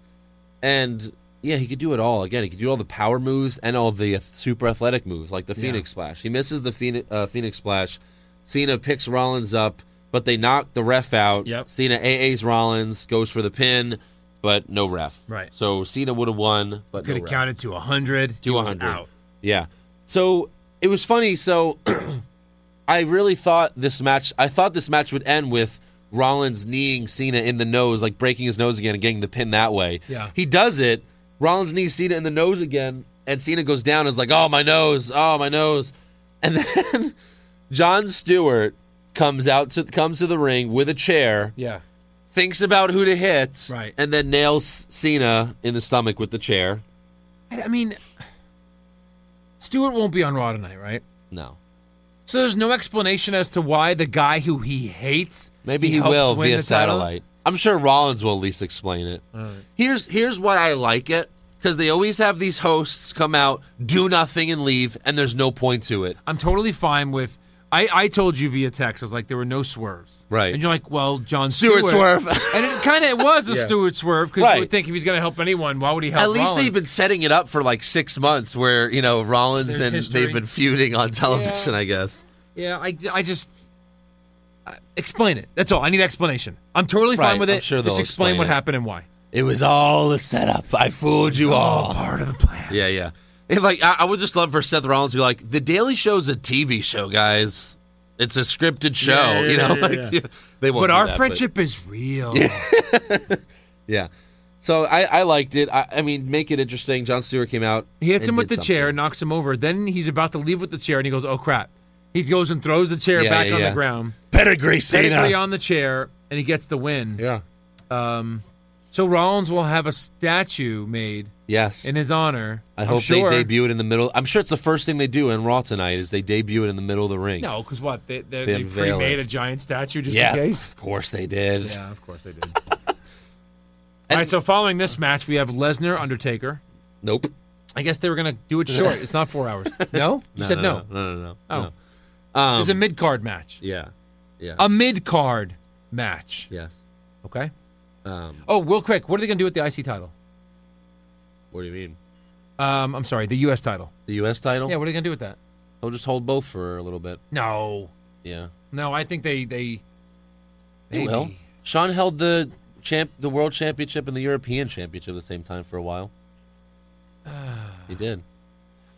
Speaker 4: And yeah, he could do it all. Again, he could do all the power moves and all the ath- super athletic moves, like the Phoenix Splash. He misses the Phoenix, uh, Phoenix Splash. Cena picks Rollins up, but they knock the ref out.
Speaker 5: Yep.
Speaker 4: Cena AA's Rollins, goes for the pin, but no ref.
Speaker 5: Right.
Speaker 4: So Cena would have won, but
Speaker 5: Could
Speaker 4: no
Speaker 5: have
Speaker 4: ref.
Speaker 5: counted to 100.
Speaker 4: Do
Speaker 5: He was
Speaker 4: 100.
Speaker 5: Out.
Speaker 4: Yeah. So it was funny. So [clears throat] I really thought this match. I thought this match would end with Rollins kneeing Cena in the nose, like breaking his nose again and getting the pin that way.
Speaker 5: Yeah.
Speaker 4: He does it. Rollins knees Cena in the nose again, and Cena goes down. and is like, oh my nose, oh my nose, [laughs] and then John Stewart comes out to comes to the ring with a chair
Speaker 5: Yeah.
Speaker 4: thinks about who to hit,
Speaker 5: Right.
Speaker 4: and then nails Cena in the stomach with the chair.
Speaker 5: I, I mean, Stewart won't be on Raw tonight, right?
Speaker 4: No.
Speaker 5: So there's no explanation as to why the guy who he hates
Speaker 4: Maybe he,
Speaker 5: helps
Speaker 4: will
Speaker 5: win
Speaker 4: via
Speaker 5: the title?
Speaker 4: satellite. I'm sure Rollins will at least explain it. Here's here's why I like it because they always have these hosts come out, do nothing, and leave, and there's no point to it.
Speaker 5: I'm totally fine with. I, I told you via text. I was like, there were no swerves,
Speaker 4: Right.
Speaker 5: And you're like, well, John
Speaker 4: Stewart
Speaker 5: Stewart,
Speaker 4: swerve.
Speaker 5: and it kind of was a
Speaker 4: [laughs] Yeah.
Speaker 5: Stewart swerve because
Speaker 4: Right.
Speaker 5: you would think if he's going to help anyone, why would he help?
Speaker 4: At least they've
Speaker 5: Rollins?
Speaker 4: been setting it up for like six months, where you know Rollins
Speaker 5: There's
Speaker 4: and
Speaker 5: history.
Speaker 4: they've been feuding on television. I guess.
Speaker 5: Yeah, I, I just I, explain it. That's all. I need explanation. I'm totally
Speaker 4: Right,
Speaker 5: fine with
Speaker 4: I'm
Speaker 5: it.
Speaker 4: sure
Speaker 5: just
Speaker 4: they'll
Speaker 5: explain,
Speaker 4: explain
Speaker 5: what
Speaker 4: it.
Speaker 5: happened and why.
Speaker 4: It was all a setup. I fooled you all.
Speaker 5: part of the plan.
Speaker 4: Yeah, yeah. And like, I, I would just love for Seth Rollins to be like, "The Daily Show's a TV show, guys. It's a scripted show.
Speaker 5: Yeah, yeah,
Speaker 4: you know,
Speaker 5: yeah,
Speaker 4: like [laughs] they won't."
Speaker 5: But
Speaker 4: do
Speaker 5: our
Speaker 4: that,
Speaker 5: friendship is real.
Speaker 4: yeah. So I, I liked it. I, I mean, make it interesting. John Stewart came out.
Speaker 5: He hits
Speaker 4: and
Speaker 5: him with the
Speaker 4: did
Speaker 5: chair,
Speaker 4: something.
Speaker 5: knocks him over. Then he's about to leave with the chair, and he goes, "Oh crap!" He goes and throws the chair
Speaker 4: Yeah,
Speaker 5: back
Speaker 4: yeah,
Speaker 5: on
Speaker 4: yeah.
Speaker 5: the ground,
Speaker 4: Pedigree
Speaker 5: safely
Speaker 4: Cena.
Speaker 5: on the chair, and he gets the win.
Speaker 4: Yeah.
Speaker 5: So Rollins will have a statue made
Speaker 4: Yes.
Speaker 5: in his honor.
Speaker 4: I
Speaker 5: I'm
Speaker 4: hope
Speaker 5: sure.
Speaker 4: they debut it in the middle. I'm sure it's the first thing they do in Raw tonight is they debut it in the middle of the ring.
Speaker 5: No, because what they they,
Speaker 4: They
Speaker 5: they
Speaker 4: unveil
Speaker 5: pre-made
Speaker 4: it.
Speaker 5: a giant statue just
Speaker 4: Yeah.
Speaker 5: in case.
Speaker 4: [laughs] Of course they did.
Speaker 5: Yeah, of course
Speaker 4: [laughs]
Speaker 5: they did. All right, so following this match, we have Lesnar, Undertaker.
Speaker 4: Nope.
Speaker 5: I guess they were gonna do it short. It's not
Speaker 4: [laughs]
Speaker 5: four hours. No, you said no.
Speaker 4: No. Um, No. No.
Speaker 5: Oh, Um,
Speaker 4: no.
Speaker 5: it's a mid card match.
Speaker 4: Yeah. Yeah.
Speaker 5: A mid card match.
Speaker 4: yes.
Speaker 5: Okay.
Speaker 4: Um,
Speaker 5: Oh, real quick, what are they gonna do with the IC title?
Speaker 4: what do you mean?
Speaker 5: Um, I'm sorry, the U.S. title.
Speaker 4: The U.S. title?
Speaker 5: Yeah, what are they gonna do with that?
Speaker 4: They'll just hold both for a little bit.
Speaker 5: No,
Speaker 4: Yeah.
Speaker 5: no, I think they they.
Speaker 4: They will. Sean held the champ, the world championship and the European championship at the same time for a
Speaker 5: [sighs]
Speaker 4: while. he did.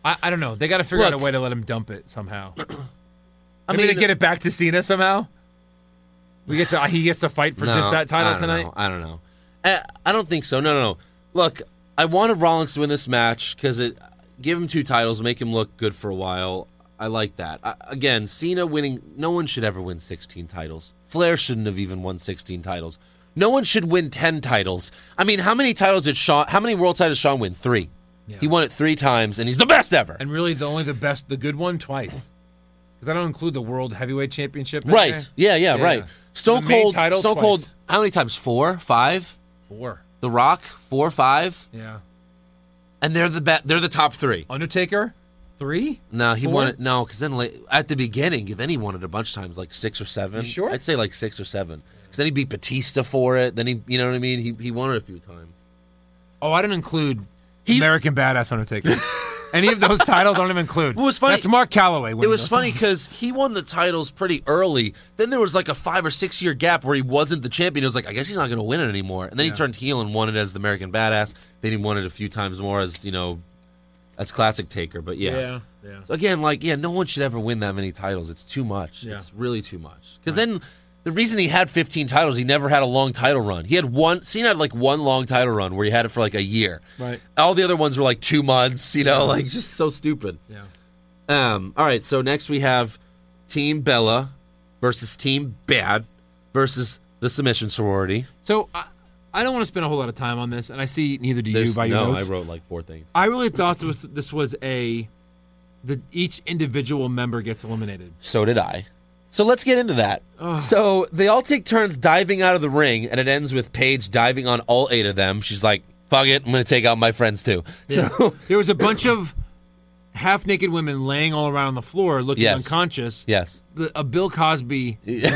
Speaker 5: I, I don't know. They got to figure out
Speaker 4: Look.
Speaker 5: a way to let him dump it somehow.
Speaker 4: [clears throat] I
Speaker 5: I mean, to get it back to Cena somehow. We get to he gets to fight for
Speaker 4: no,
Speaker 5: just that
Speaker 4: I
Speaker 5: title
Speaker 4: don't
Speaker 5: tonight.
Speaker 4: know. I don't know. I, I don't think so. No, no, no. Look, I wanted Rollins to win this match because it give him two titles, make him look good for a while. I like that. I, again, Cena winning. No one should ever win 16 titles. Flair shouldn't have even won 16 titles. No one should win 10 titles. I mean, how many titles did Sean? How many world titles did Sean win? Three. He won it three times, and he's the best ever.
Speaker 5: And really, the only the best, the good one twice, because I don't include the World Heavyweight Championship. in
Speaker 4: Right.
Speaker 5: there.
Speaker 4: Yeah, yeah, right.
Speaker 5: Yeah.
Speaker 4: Stone
Speaker 5: The main
Speaker 4: Cold.
Speaker 5: title
Speaker 4: Stone
Speaker 5: twice.
Speaker 4: Cold. How many times? Four, five.
Speaker 5: Four.
Speaker 4: The Rock, four, five,
Speaker 5: Yeah.
Speaker 4: and they're the be- they're the top three.
Speaker 5: Undertaker, three.
Speaker 4: No, he
Speaker 5: Four?
Speaker 4: wanted no because then like, at the beginning, then he wanted a bunch of times, like six or seven.
Speaker 5: You sure?
Speaker 4: I'd say like six or seven. Because then he beat Batista for it. Then he, you know what I mean? He he won it a few times.
Speaker 5: Oh, I didn't include
Speaker 4: He-
Speaker 5: American
Speaker 4: [laughs]
Speaker 5: Badass Undertaker. Any of those titles I don't even include.
Speaker 4: What was funny-
Speaker 5: That's Mark Calloway.
Speaker 4: It was funny because he won the titles pretty early. Then there was like a five or six year gap where he wasn't the champion. It was like, I guess he's not going to win it anymore. And then he turned heel and won it as the American Badass. Then he won it a few times more as you know, as classic Taker. But yeah,
Speaker 5: yeah.
Speaker 4: So again, like yeah, no one should ever win that many titles. It's too much.
Speaker 5: Yeah.
Speaker 4: It's really too much. Because then the reason he had 15 titles, he never had a long title run. He had one. Cena had like one long title run where he had it for like a year.
Speaker 5: Right.
Speaker 4: All the other ones were like two months. You know, like just so stupid.
Speaker 5: Yeah.
Speaker 4: Um, all right, so next we have Team Bella versus Team Bad versus the Submission Sorority.
Speaker 5: So I, I don't want to spend a whole lot of time on this, and I see neither do you
Speaker 4: There's-
Speaker 5: by your
Speaker 4: no,
Speaker 5: notes.
Speaker 4: I wrote like four things.
Speaker 5: I really thought this was, this was a that each individual member gets eliminated.
Speaker 4: So did I. So let's get into that. So they all take turns diving out of the ring, and it ends with Paige diving on all eight of them. She's like, fuck it, I'm going to take out my friends too. So,
Speaker 5: There was a bunch of half naked women laying all around on the floor looking
Speaker 4: Yes.
Speaker 5: unconscious.
Speaker 4: yes.
Speaker 5: The- A Bill Cosby ring.
Speaker 4: [laughs]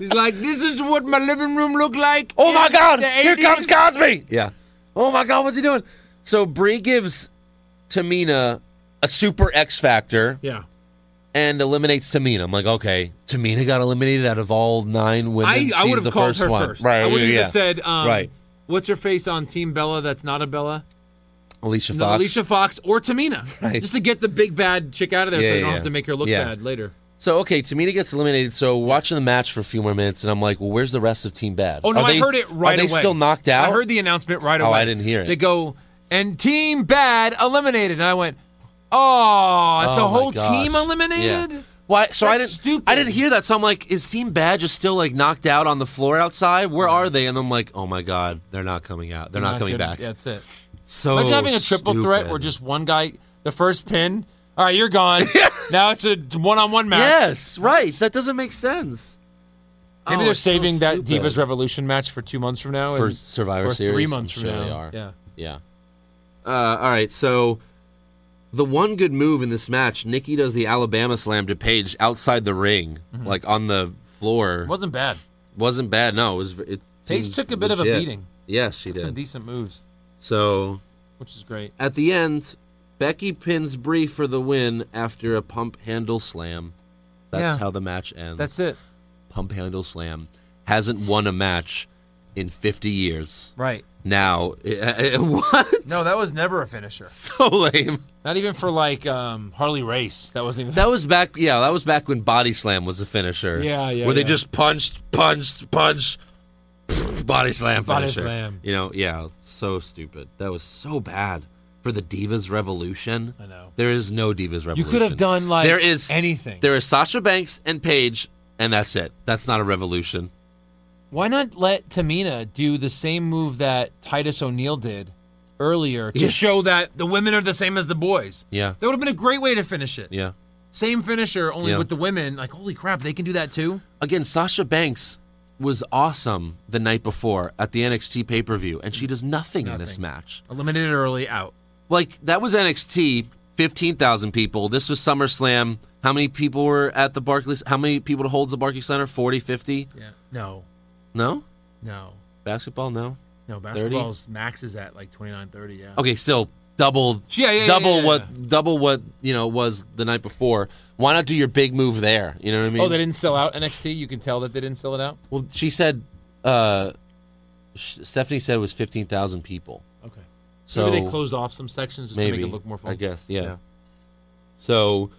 Speaker 5: He's like, this is what my living room looked like.
Speaker 4: Oh
Speaker 5: in
Speaker 4: my God!
Speaker 5: the
Speaker 4: Here comes
Speaker 5: 80s."
Speaker 4: Cosby! Yeah. Oh my God, what's he doing? So Brie gives Tamina a super X Factor.
Speaker 5: Yeah.
Speaker 4: and eliminates Tamina. I'm like, okay, Tamina got eliminated out of all nine women.
Speaker 5: I, I
Speaker 4: She's
Speaker 5: would have
Speaker 4: the
Speaker 5: called
Speaker 4: first
Speaker 5: her
Speaker 4: one.
Speaker 5: first.
Speaker 4: Right,
Speaker 5: I would have
Speaker 4: yeah.
Speaker 5: just said, um,
Speaker 4: Right.
Speaker 5: what's her face on Team Bella that's not a Bella?
Speaker 4: Alicia
Speaker 5: No,
Speaker 4: Fox.
Speaker 5: Alicia Fox or Tamina.
Speaker 4: [laughs] Right.
Speaker 5: Just to get the big bad chick out of there
Speaker 4: Yeah,
Speaker 5: so they
Speaker 4: yeah,
Speaker 5: don't
Speaker 4: yeah.
Speaker 5: have to make her look
Speaker 4: Yeah.
Speaker 5: bad later.
Speaker 4: So okay, Tamina gets eliminated. So we're watching the match for a few more minutes, and I'm like, well, where's the rest of Team Bad?
Speaker 5: Oh no,
Speaker 4: Are
Speaker 5: I
Speaker 4: they-
Speaker 5: heard it right
Speaker 4: Are they
Speaker 5: away.
Speaker 4: still knocked out?
Speaker 5: I heard the announcement right
Speaker 4: Oh,
Speaker 5: away.
Speaker 4: I didn't hear it.
Speaker 5: They go and team bad eliminated, and I went, oh, it's
Speaker 4: Oh,
Speaker 5: a
Speaker 4: my
Speaker 5: whole
Speaker 4: gosh.
Speaker 5: team eliminated.
Speaker 4: Yeah. Why? So I didn't.
Speaker 6: That's stupid.
Speaker 4: I didn't hear that. So I'm like, is Team Bad just still like knocked out on the floor outside? Where are they? And I'm like, oh my god, they're not coming out. They're not, coming
Speaker 5: gonna-
Speaker 4: back.
Speaker 5: yeah, that's it.
Speaker 4: So
Speaker 5: Imagine having a triple threat where
Speaker 4: stupid.
Speaker 5: just one guy, the first pin. All right, you're
Speaker 4: [laughs]
Speaker 5: gone. now it's a one-on-one match.
Speaker 4: yes, right. That doesn't make sense.
Speaker 5: Maybe
Speaker 4: Oh,
Speaker 5: they're
Speaker 4: it's so
Speaker 5: saving that
Speaker 4: stupid.
Speaker 5: Divas Revolution match for two months from now.
Speaker 4: For
Speaker 5: and-
Speaker 4: Survivor
Speaker 5: or three
Speaker 4: Series,
Speaker 5: months
Speaker 4: I'm
Speaker 5: from
Speaker 4: sure
Speaker 5: now.
Speaker 4: they are.
Speaker 5: Yeah.
Speaker 4: Yeah. Uh, all right. So the one good move in this match, Nikki does the Alabama slam to Paige outside the ring, like on the floor.
Speaker 5: Mm-hmm. It wasn't bad.
Speaker 4: Wasn't bad. No, it was. It
Speaker 5: Paige
Speaker 4: seemed
Speaker 5: took a bit of a
Speaker 4: legit.
Speaker 5: beating.
Speaker 4: Yes, she
Speaker 5: Some
Speaker 4: did.
Speaker 5: decent moves,
Speaker 4: so
Speaker 5: which is great.
Speaker 4: at the end, Becky pins Brie for the win after a pump handle slam. That's
Speaker 5: Yeah.
Speaker 4: how the match ends.
Speaker 5: That's it.
Speaker 4: pump handle slam. Hasn't won a match in 50 years.
Speaker 5: Right.
Speaker 4: Now, [laughs] what?
Speaker 5: No, that was never a finisher.
Speaker 4: So lame.
Speaker 5: Not even for like um, Harley Race. That wasn't even.
Speaker 4: [laughs] That was back. Yeah, that was back when Body Slam was the finisher.
Speaker 5: Yeah, yeah,
Speaker 4: Where they
Speaker 5: yeah.
Speaker 4: just punched, punched, punched. [laughs] pfft, Body slam.
Speaker 5: Body
Speaker 4: finisher.
Speaker 5: slam.
Speaker 4: You know, yeah, so stupid. That was so bad for the Divas Revolution. I
Speaker 5: know.
Speaker 4: there is no Divas Revolution.
Speaker 5: you could have done like
Speaker 4: there is
Speaker 5: anything.
Speaker 4: There is Sasha Banks and Paige, and that's it. That's not a revolution.
Speaker 5: Why not let Tamina do the same move that Titus O'Neil did earlier to
Speaker 4: Yeah.
Speaker 5: show that the women are the same as the boys?
Speaker 4: Yeah.
Speaker 5: That would have been a great way to finish it.
Speaker 4: Yeah.
Speaker 5: Same finisher, only
Speaker 4: Yeah.
Speaker 5: with the women. Like, holy crap, they can do that too?
Speaker 4: Again, Sasha Banks was awesome the night before at the NXT pay per view, and she does nothing in this match.
Speaker 5: Eliminated early, out.
Speaker 4: like that was NXT, fifteen thousand people. This was SummerSlam. How many people were at the Barclays? How many people holds the Barclays Center? 40, 50?
Speaker 5: Yeah. No,
Speaker 4: No,
Speaker 5: no,
Speaker 4: basketball. No.
Speaker 5: no. Basketball's max is at like 29 30. Yeah.
Speaker 4: Okay, still double.
Speaker 5: Yeah, yeah, yeah,
Speaker 4: double
Speaker 5: yeah,
Speaker 4: what? Double what you know was the night before. Why not do your big move there? You know what I mean?
Speaker 5: Oh, they didn't sell out NXT? You can tell that they didn't sell it out?
Speaker 4: well, she said. uh Sh- Stephanie said it was fifteen thousand people.
Speaker 5: Okay.
Speaker 4: So
Speaker 5: maybe they closed off some sections just
Speaker 4: maybe
Speaker 5: to make it look more fun.
Speaker 4: I guess, yeah. So,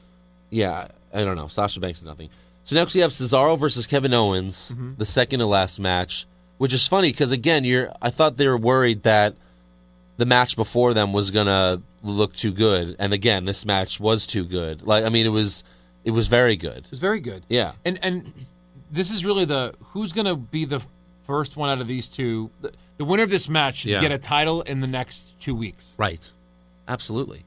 Speaker 4: yeah, I don't know. Sasha Banks is nothing. So next we have Cesaro versus Kevin Owens,
Speaker 5: Mm-hmm.
Speaker 4: the second to last match, which is funny because again, you're. I thought they were worried that the match before them was gonna look too good, and again, this match was too good. Like, I mean, it was, it was very good.
Speaker 5: It was very good.
Speaker 4: Yeah.
Speaker 5: And and this is really the who's going to be the first one out of these two. The, the winner of this match should
Speaker 4: Yeah.
Speaker 5: get a title in the next two weeks.
Speaker 4: Right. Absolutely.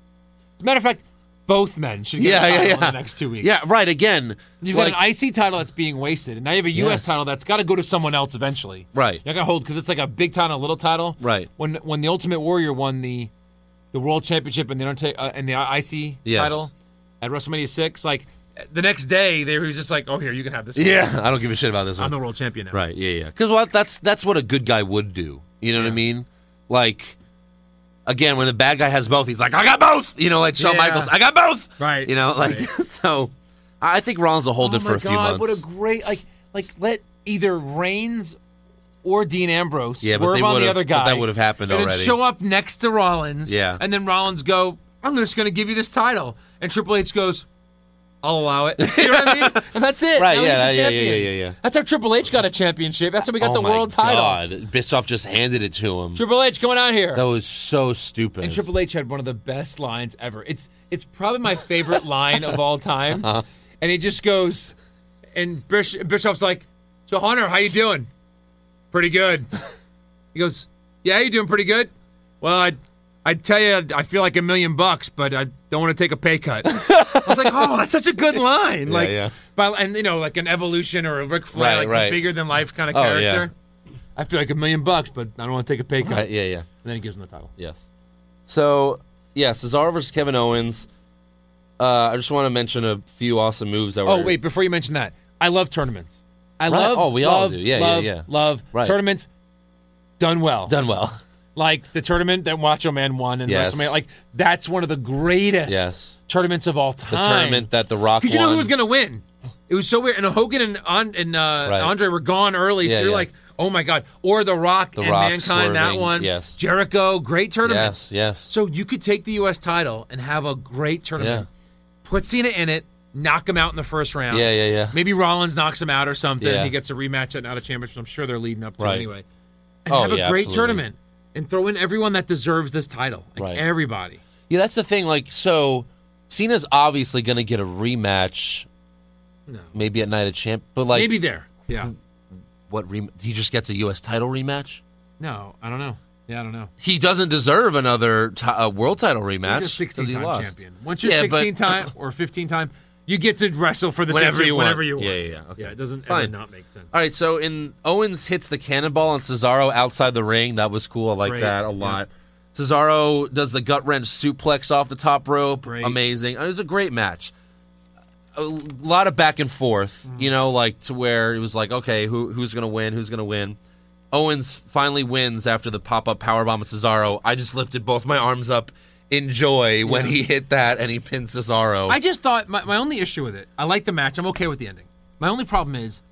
Speaker 5: As a matter of fact, both men should get a
Speaker 4: Yeah, yeah,
Speaker 5: title
Speaker 4: yeah.
Speaker 5: in the next two weeks.
Speaker 4: Yeah. Right. Again.
Speaker 5: You've
Speaker 4: like-
Speaker 5: got an IC title that's being wasted, and now you have a U.S.
Speaker 4: Yes.
Speaker 5: title that's got to go to someone else eventually.
Speaker 4: Right.
Speaker 5: You're not gonna hold because it's like a big title, a little title.
Speaker 4: Right.
Speaker 5: When when the Ultimate Warrior won the the World Championship and the Underta- uh, and the IC
Speaker 4: Yes.
Speaker 5: title at WrestleMania six, like the next day they were just like, "Oh, here you can have this." one.
Speaker 4: yeah. I don't give a shit about this one.
Speaker 5: I'm the world champion now.
Speaker 4: Right. Yeah. Yeah. Because that's that's what a good guy would do. You know what I mean? Like, again, when the bad guy has both, he's like, "I got both." You know, like Shawn
Speaker 5: Yeah.
Speaker 4: Michaels, "I got both."
Speaker 5: Right,
Speaker 4: You know, like [laughs] so. I I think Rollins will hold
Speaker 5: Oh
Speaker 4: it for
Speaker 5: my
Speaker 4: a few months.
Speaker 5: god! What a great like like let either Reigns or Dean Ambrose
Speaker 4: Yeah, but
Speaker 5: swerve
Speaker 4: they
Speaker 5: on
Speaker 4: would've-
Speaker 5: the other
Speaker 4: but
Speaker 5: guy.
Speaker 4: that would've happened
Speaker 5: and then
Speaker 4: already.
Speaker 5: show up next to Rollins.
Speaker 4: Yeah.
Speaker 5: and then Rollins go, "I'm just going to give you this title," and Triple H goes. I'll allow it. [laughs] You know what I mean? And that's it.
Speaker 4: Right,
Speaker 5: Now he's
Speaker 4: yeah,
Speaker 5: the
Speaker 4: yeah, yeah,
Speaker 5: champion.
Speaker 4: yeah, yeah, yeah.
Speaker 5: That's how Triple H got a championship. That's how we got
Speaker 4: Oh
Speaker 5: the
Speaker 4: my
Speaker 5: world title.
Speaker 4: God. Bischoff just handed it to him.
Speaker 5: Triple H coming out here.
Speaker 4: that was so stupid.
Speaker 5: And Triple H had one of the best lines ever. It's it's probably
Speaker 4: [laughs]
Speaker 5: my favorite line of all time.
Speaker 4: Uh-huh.
Speaker 5: And he just goes, and Bish, Bischoff's like, "So Hunter, how you doing?
Speaker 4: [laughs]
Speaker 5: Pretty good." He goes, "Yeah, you doing pretty good." Well, I I tell you, I feel like a million bucks, but I don't want to take a
Speaker 4: [laughs]
Speaker 5: pay cut. I was like, "Oh, that's such a good line!" like,
Speaker 4: yeah.
Speaker 5: by- and you know, like an evolution or a Ric Flair,
Speaker 4: Right,
Speaker 5: like
Speaker 4: right.
Speaker 5: a bigger than life kind of
Speaker 4: Oh, yeah.
Speaker 5: character. I feel like a million bucks, but I don't want to take a pay cut.
Speaker 4: Right, yeah. Yeah.
Speaker 5: And then he gives him the title.
Speaker 4: Yes. So yeah, Cesaro versus Kevin Owens. Uh, I just want to mention a few awesome moves that were.
Speaker 5: Oh, wait, before you mention that, I love tournaments. I
Speaker 4: Right.
Speaker 5: love
Speaker 4: Oh, we all
Speaker 5: love,
Speaker 4: do. Yeah, yeah,
Speaker 5: love,
Speaker 4: yeah.
Speaker 5: Love
Speaker 4: Right.
Speaker 5: tournaments done well.
Speaker 4: done well.
Speaker 5: Like the tournament that Macho Man won in
Speaker 4: Yes.
Speaker 5: WrestleMania. Like that's one of the greatest
Speaker 4: Yes.
Speaker 5: tournaments of all
Speaker 4: The
Speaker 5: time.
Speaker 4: tournament that The Rock
Speaker 5: Because you know
Speaker 4: won.
Speaker 5: who was going to win? It was so weird. And Hogan and on, and uh,
Speaker 4: Right.
Speaker 5: Andre were gone early,
Speaker 4: Yeah,
Speaker 5: so you're
Speaker 4: yeah.
Speaker 5: like, oh my god. Or The Rock and
Speaker 4: Rock
Speaker 5: Mankind, that
Speaker 4: swerving,
Speaker 5: one.
Speaker 4: yes.
Speaker 5: Jericho, great tournament.
Speaker 4: Yes. Yes.
Speaker 5: So you could take the U.S. title and have a great tournament. Put Cena in it, knock him out in the first round.
Speaker 4: Yeah, yeah, yeah.
Speaker 5: Maybe Rollins knocks him out or something.
Speaker 4: Yeah.
Speaker 5: And he gets a rematch at Not a Championship. I'm sure they're leading up to
Speaker 4: Right.
Speaker 5: anyway. And
Speaker 4: Oh,
Speaker 5: have a
Speaker 4: yeah,
Speaker 5: great
Speaker 4: absolutely.
Speaker 5: tournament and throw in everyone that deserves this title. Like
Speaker 4: Right.
Speaker 5: everybody.
Speaker 4: Yeah, that's the thing. Like, so Cena's obviously going to get a rematch Maybe at Night of Champ, but like
Speaker 5: Maybe there. Yeah.
Speaker 4: what rem- he just gets a U.S. title rematch.
Speaker 5: No, I don't know. Yeah, I don't know.
Speaker 4: He doesn't deserve another ti- uh, world title rematch.
Speaker 5: He's a 16
Speaker 4: because he
Speaker 5: time
Speaker 4: lost.
Speaker 5: champion. Once you're
Speaker 4: Yeah, but- [coughs]
Speaker 5: 16 time or 15 time, you get to wrestle for the
Speaker 4: Whenever
Speaker 5: championship
Speaker 4: you want.
Speaker 5: whenever you want.
Speaker 4: Yeah, yeah, yeah. Okay.
Speaker 5: it doesn't ever
Speaker 4: Fine.
Speaker 5: not make sense.
Speaker 4: All right, so in Owens hits the cannonball on Cesaro outside the ring. That was cool. I like
Speaker 5: Great.
Speaker 4: that a lot. Cesaro does the gut wrench suplex off the top rope.
Speaker 5: Great.
Speaker 4: Amazing. It was a great match. A l- lot of back and forth,
Speaker 5: Mm-hmm.
Speaker 4: you know, like to where it was like, okay, who who's gonna win? Who's gonna win? Owens finally wins after the pop up powerbomb of Cesaro. I just lifted both my arms up in joy when he hit that and he pinned Cesaro.
Speaker 5: I just thought my, my only issue with it, I like the match. I'm okay with the ending. My only problem is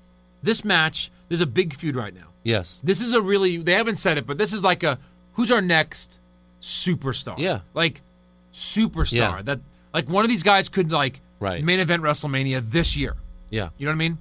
Speaker 5: this match, there's a big feud right now.
Speaker 4: yes.
Speaker 5: This is a really, they haven't said it, but this is like a who's our next superstar?
Speaker 4: Yeah.
Speaker 5: Like superstar.
Speaker 4: Yeah.
Speaker 5: That, like one of these guys could like
Speaker 4: Right.
Speaker 5: main event WrestleMania this year.
Speaker 4: Yeah.
Speaker 5: You know what I mean?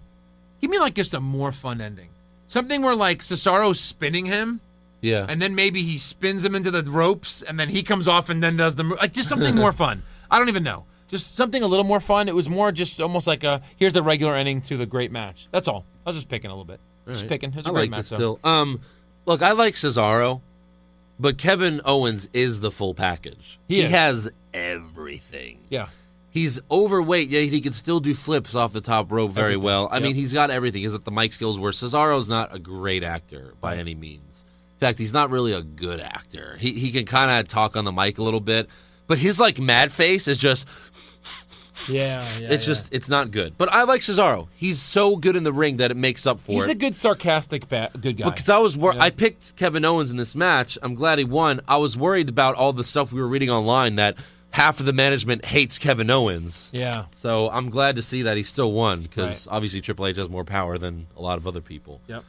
Speaker 5: Give me like just a more fun ending. Something where like Cesaro's spinning him,
Speaker 4: Yeah.
Speaker 5: and then maybe he spins him into the ropes, and then he comes off and then does the mo- like just
Speaker 4: [laughs]
Speaker 5: something more fun. I don't even know. Just something a little more fun. It was more just almost like a here's the regular ending to the great match. That's all. I was just picking a little bit. Just picking. It was a
Speaker 4: I
Speaker 5: great
Speaker 4: like
Speaker 5: match.
Speaker 4: it
Speaker 5: though.
Speaker 4: still. Um, look, I like Cesaro, but Kevin Owens is the full package.
Speaker 5: He is.
Speaker 4: has everything.
Speaker 5: Yeah.
Speaker 4: He's overweight, yet he can still do flips off the top rope very
Speaker 5: Everything.
Speaker 4: well. I
Speaker 5: Yep.
Speaker 4: mean, he's got everything. He's at the mic skills where Cesaro's not a great actor by any means. In fact, he's not really a good actor. He he can kind of talk on the mic a little bit, but his like mad face is just
Speaker 5: Yeah. yeah
Speaker 4: it's just it's not good. But I like Cesaro. He's so good in the ring that it makes up for
Speaker 5: he's
Speaker 4: it.
Speaker 5: a good sarcastic ba- good guy.
Speaker 4: Because I was wor- I picked Kevin Owens in this match. I'm glad he won. I was worried about all the stuff we were reading online that half of the management hates Kevin Owens.
Speaker 5: yeah.
Speaker 4: So I'm glad to see that he still won because obviously Triple H has more power than a lot of other people.
Speaker 5: Yep.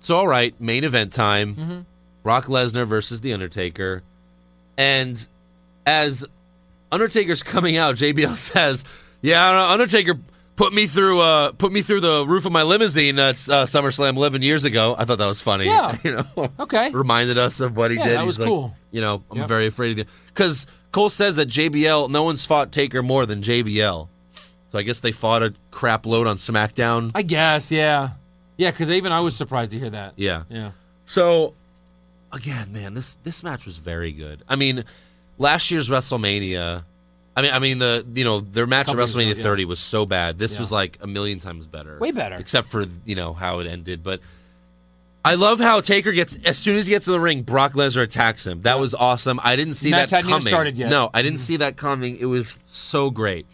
Speaker 4: So all right, main event time:
Speaker 5: Mm-hmm.
Speaker 4: Brock Lesnar versus The Undertaker, and as Undertaker's coming out, JBL [laughs] says, "Yeah, I don't know, Undertaker." Put me through, uh, put me through the roof of my limousine. That's uh, SummerSlam 11 years ago. I thought that was funny.
Speaker 5: Yeah.
Speaker 4: [laughs] you know,
Speaker 5: Okay.
Speaker 4: reminded us of what he
Speaker 5: Yeah,
Speaker 4: did.
Speaker 5: that
Speaker 4: He's
Speaker 5: was
Speaker 4: like,
Speaker 5: cool.
Speaker 4: You know, I'm
Speaker 5: Yep.
Speaker 4: very afraid of the because Cole says that JBL, no one's fought Taker more than JBL. So I guess they fought a crap load on SmackDown.
Speaker 5: I guess. Yeah. Yeah. Because even I was surprised to hear that.
Speaker 4: yeah.
Speaker 5: Yeah.
Speaker 4: So again, man, this this match was very good. I mean, last year's WrestleMania, I mean, I mean the you know their match at
Speaker 5: Couple years
Speaker 4: WrestleMania
Speaker 5: ago, yeah.
Speaker 4: 30 was so bad. This
Speaker 5: Yeah.
Speaker 4: was like a million times better,
Speaker 5: Way better.
Speaker 4: except for you know how it ended. But I love how Taker gets as soon as he gets to the ring, Brock Lesnar attacks him. That was awesome. I didn't see
Speaker 5: Match
Speaker 4: that
Speaker 5: hadn't even
Speaker 4: coming.
Speaker 5: started yet. Mm-hmm.
Speaker 4: No, I didn't see that coming. It was so great,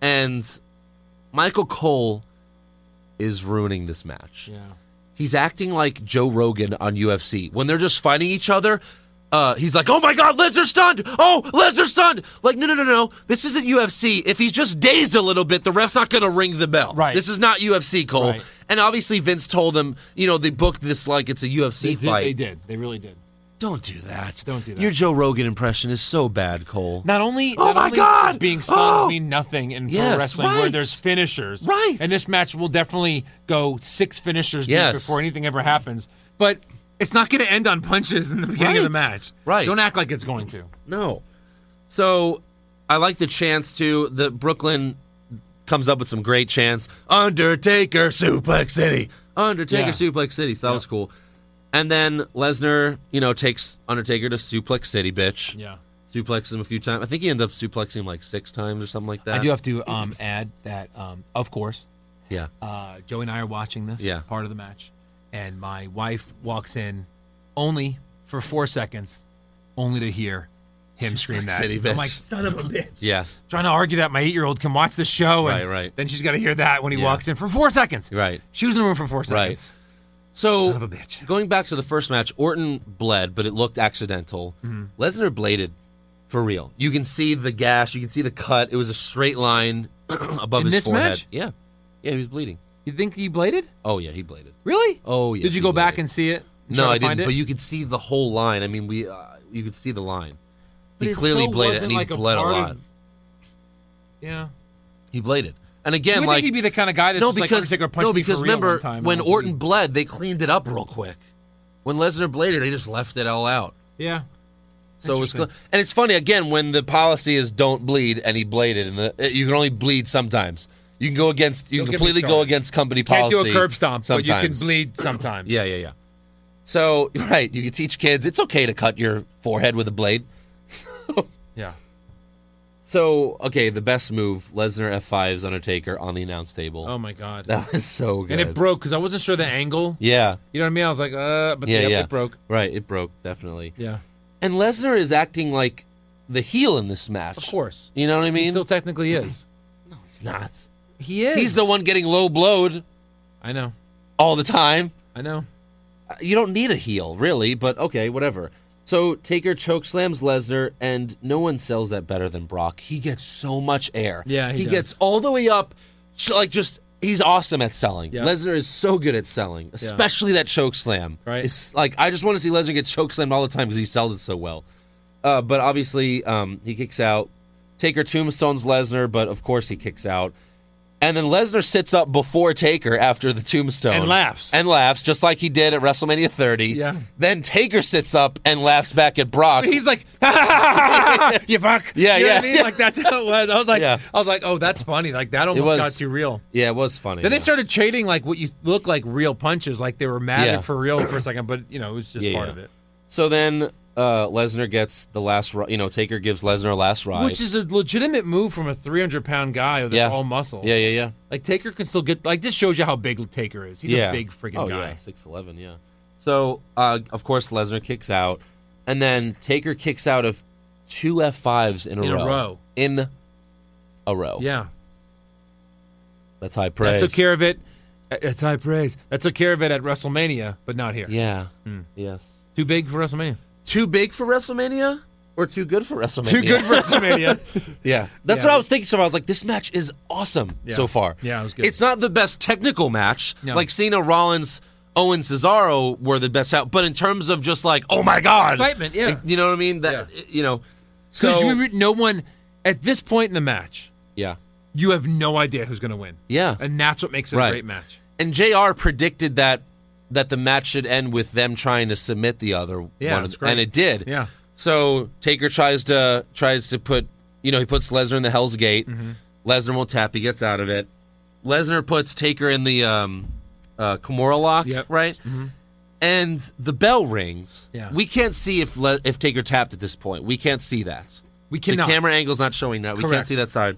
Speaker 4: and Michael Cole is ruining this match.
Speaker 5: Yeah.
Speaker 4: He's acting like Joe Rogan on UFC. When they're just fighting each other, uh, he's like, oh my God, Lesnar stunned! Oh, Lesnar stunned! Like, no, no, no, no. This isn't UFC. If he's just dazed a little bit, the ref's not going to ring the bell.
Speaker 5: Right.
Speaker 4: This is not UFC, Cole.
Speaker 5: Right.
Speaker 4: And obviously, Vince told him, you know, they booked this like it's a UFC
Speaker 5: They did,
Speaker 4: fight.
Speaker 5: they did. They really did.
Speaker 4: Don't do that.
Speaker 5: Don't do that.
Speaker 4: Your Joe Rogan impression is so bad, Cole.
Speaker 5: Not only,
Speaker 4: Oh
Speaker 5: not
Speaker 4: my
Speaker 5: only
Speaker 4: God!
Speaker 5: does being stunned
Speaker 4: Oh!
Speaker 5: mean nothing in pro
Speaker 4: Yes,
Speaker 5: wrestling where
Speaker 4: right.
Speaker 5: there's finishers.
Speaker 4: Right.
Speaker 5: And this match will definitely go six finishers deep
Speaker 4: Yes.
Speaker 5: before anything ever happens. But it's not going to end on punches in the beginning of the
Speaker 4: Right.
Speaker 5: match.
Speaker 4: Right.
Speaker 5: Don't act like it's going to.
Speaker 4: No. So I like the chance to the Brooklyn comes up with some great chants. Undertaker Suplex City. Undertaker
Speaker 5: Yeah.
Speaker 4: Suplex City. So that was cool. And then Lesnar, you know, takes Undertaker to Suplex City, bitch.
Speaker 5: Yeah.
Speaker 4: Suplexes him a few times. I think he ended up suplexing him like six times or something like that.
Speaker 5: I do have to um, add that, um, of course,
Speaker 4: yeah.
Speaker 5: uh, Joey and I are watching this
Speaker 4: Yeah.
Speaker 5: part of the match, and my wife walks in only for four seconds, only to hear him scream that.
Speaker 4: City bitch.
Speaker 5: I'm like, son of
Speaker 4: [laughs]
Speaker 5: a bitch.
Speaker 4: Yeah.
Speaker 5: trying to argue that my eight year old can watch the show. And
Speaker 4: Right, right.
Speaker 5: Then she's got to hear that when he
Speaker 4: Yeah.
Speaker 5: walks in for four seconds.
Speaker 4: Right.
Speaker 5: She was in the room for four
Speaker 4: Right.
Speaker 5: seconds.
Speaker 4: So
Speaker 5: Son of a bitch.
Speaker 4: going back to the first match, Orton bled, but it looked accidental.
Speaker 5: Mm-hmm.
Speaker 4: Lesnar bladed for real. You can see the gash, you can see the cut. It was a straight line [clears throat] above
Speaker 5: In
Speaker 4: his
Speaker 5: this
Speaker 4: forehead.
Speaker 5: match?
Speaker 4: Yeah. Yeah, he was bleeding.
Speaker 5: You think he bladed?
Speaker 4: Oh yeah, he bladed.
Speaker 5: Really?
Speaker 4: Oh, yes,
Speaker 5: Did you
Speaker 4: he
Speaker 5: go back
Speaker 4: bladed.
Speaker 5: and see it? and
Speaker 4: no,
Speaker 5: try to
Speaker 4: I didn't,
Speaker 5: find it?
Speaker 4: but you could see the whole line. I mean, we uh, you could see the line.
Speaker 5: But
Speaker 4: he
Speaker 5: it
Speaker 4: clearly
Speaker 5: so
Speaker 4: bladed
Speaker 5: wasn't
Speaker 4: and he
Speaker 5: like a
Speaker 4: bled a
Speaker 5: part of-
Speaker 4: lot.
Speaker 5: Yeah.
Speaker 4: He bladed. And
Speaker 5: You
Speaker 4: again,
Speaker 5: would
Speaker 4: like
Speaker 5: think he'd be the kind of guy that's
Speaker 4: no,
Speaker 5: just
Speaker 4: because
Speaker 5: like Undertaker punched
Speaker 4: no,
Speaker 5: me for
Speaker 4: because
Speaker 5: real
Speaker 4: remember
Speaker 5: one time and
Speaker 4: when
Speaker 5: I'm
Speaker 4: Orton
Speaker 5: bleeding.
Speaker 4: bled, they cleaned it up real quick. When Lesnar bladed, they just left it all out.
Speaker 5: Yeah.
Speaker 4: So it was, cl-
Speaker 5: Interesting.
Speaker 4: and it's funny again when the policy is don't bleed, and he bladed, and the, you can only bleed sometimes. You can go against. You
Speaker 5: Don't
Speaker 4: can
Speaker 5: get me
Speaker 4: completely go
Speaker 5: started.
Speaker 4: against company
Speaker 5: Can't
Speaker 4: policy.
Speaker 5: do a curb stomp,
Speaker 4: sometimes.
Speaker 5: but you can bleed sometimes.
Speaker 4: Yeah, yeah, yeah. So [laughs] right, you can teach kids it's okay to cut your forehead with a blade.
Speaker 5: yeah.
Speaker 4: So okay, the best move: Lesnar F5s Undertaker on the announce table.
Speaker 5: Oh my god.
Speaker 4: [laughs] that was so good.
Speaker 5: and it broke because I wasn't sure the angle.
Speaker 4: Yeah,
Speaker 5: You know what I mean? I was like, uh, but
Speaker 4: yeah,
Speaker 5: yeah,
Speaker 4: yeah.
Speaker 5: it broke.
Speaker 4: Right, it broke definitely.
Speaker 5: Yeah,
Speaker 4: And Lesnar is acting like the heel in this match.
Speaker 5: of course.
Speaker 4: You know what I
Speaker 5: He
Speaker 4: mean?
Speaker 5: still technically is.
Speaker 4: he's not.
Speaker 5: He is.
Speaker 4: He's the one getting low blowed
Speaker 5: I know.
Speaker 4: all the time.
Speaker 5: I know.
Speaker 4: you don't need a heel, really, but okay, whatever. So Taker chokeslams Lesnar, and no one sells that better than Brock. He gets so much air.
Speaker 5: Yeah, he does.
Speaker 4: gets all the way up, ch- like just he's awesome at selling.
Speaker 5: Yeah.
Speaker 4: Lesnar is so good at selling, especially that choke slam.
Speaker 5: Right.
Speaker 4: It's like I just want to see Lesnar get chokeslammed all the time because he sells it so well. Uh, but obviously, um, he kicks out. Taker tombstones Lesnar, but of course he kicks out. And then Lesnar sits up before Taker after the tombstone
Speaker 5: And laughs.
Speaker 4: and laughs just like he did at WrestleMania 30.
Speaker 5: Yeah.
Speaker 4: Then Taker sits up and laughs back at Brock.
Speaker 5: He's [laughs] like, you fuck.
Speaker 4: Yeah,
Speaker 5: you know
Speaker 4: yeah,
Speaker 5: What I mean?
Speaker 4: yeah.
Speaker 5: Like that's how it was. I was like,
Speaker 4: Yeah.
Speaker 5: I was like, oh, that's funny. Like that almost
Speaker 4: was-
Speaker 5: got too real.
Speaker 4: yeah, it was funny.
Speaker 5: Then they started trading like what you look like real punches, like they were mad
Speaker 4: Yeah.
Speaker 5: at for real for a second, but you know it was just
Speaker 4: Yeah,
Speaker 5: part
Speaker 4: yeah.
Speaker 5: of it.
Speaker 4: so then uh, Lesnar gets the last, ri- you know, Taker gives Lesnar a last ride.
Speaker 5: Which is a legitimate move from a 300 pound guy that's
Speaker 4: Yeah.
Speaker 5: all muscle.
Speaker 4: yeah, yeah, yeah.
Speaker 5: Like Taker can still get like this shows you how big Taker is. He's
Speaker 4: yeah.
Speaker 5: a big freaking
Speaker 4: oh,
Speaker 5: guy.
Speaker 4: Yeah, 6'11, yeah. So, uh, of course, Lesnar kicks out. And then Taker kicks out of two F5s in a
Speaker 5: In a
Speaker 4: row.
Speaker 5: row.
Speaker 4: In a row.
Speaker 5: Yeah,
Speaker 4: That's high praise.
Speaker 5: that took care of it. That's high praise. That took care of it at WrestleMania, but not here.
Speaker 4: Yeah.
Speaker 5: Hmm.
Speaker 4: Yes.
Speaker 5: Too big for WrestleMania.
Speaker 4: Too big for WrestleMania or too good for WrestleMania?
Speaker 5: Too good for WrestleMania.
Speaker 4: Yeah, that's
Speaker 5: Yeah.
Speaker 4: what I was thinking. So I was like, this match is awesome so far.
Speaker 5: Yeah, it was good.
Speaker 4: It's not the best technical match.
Speaker 5: No.
Speaker 4: Like Cena, Rollins, Owen, Cesaro were the best out, but in terms of just like, oh my god,
Speaker 5: [laughs] Excitement, yeah.
Speaker 4: Like, you know what I mean? That you know,
Speaker 5: Because
Speaker 4: so
Speaker 5: no one at this point in the match,
Speaker 4: yeah,
Speaker 5: you have no idea who's going to win.
Speaker 4: Yeah.
Speaker 5: and that's what makes it
Speaker 4: Right.
Speaker 5: a great match.
Speaker 4: and Jr. predicted that that the match should end with them trying to submit the other
Speaker 5: Yeah,
Speaker 4: one,
Speaker 5: it's great.
Speaker 4: and it did.
Speaker 5: Yeah.
Speaker 4: So Taker tries to tries to put you know he puts Lesnar in the Hell's Gate.
Speaker 5: Mm-hmm.
Speaker 4: Lesnar won't tap. He gets out of it. Lesnar puts Taker in the um, uh, Kimura lock,
Speaker 5: Yep. Mm-hmm.
Speaker 4: right? And the bell rings.
Speaker 5: Yeah.
Speaker 4: We can't see if Le- if Taker tapped at this point. We can't see that.
Speaker 5: We cannot.
Speaker 4: The camera angle's not showing that. We can't
Speaker 5: Correct.
Speaker 4: see that side.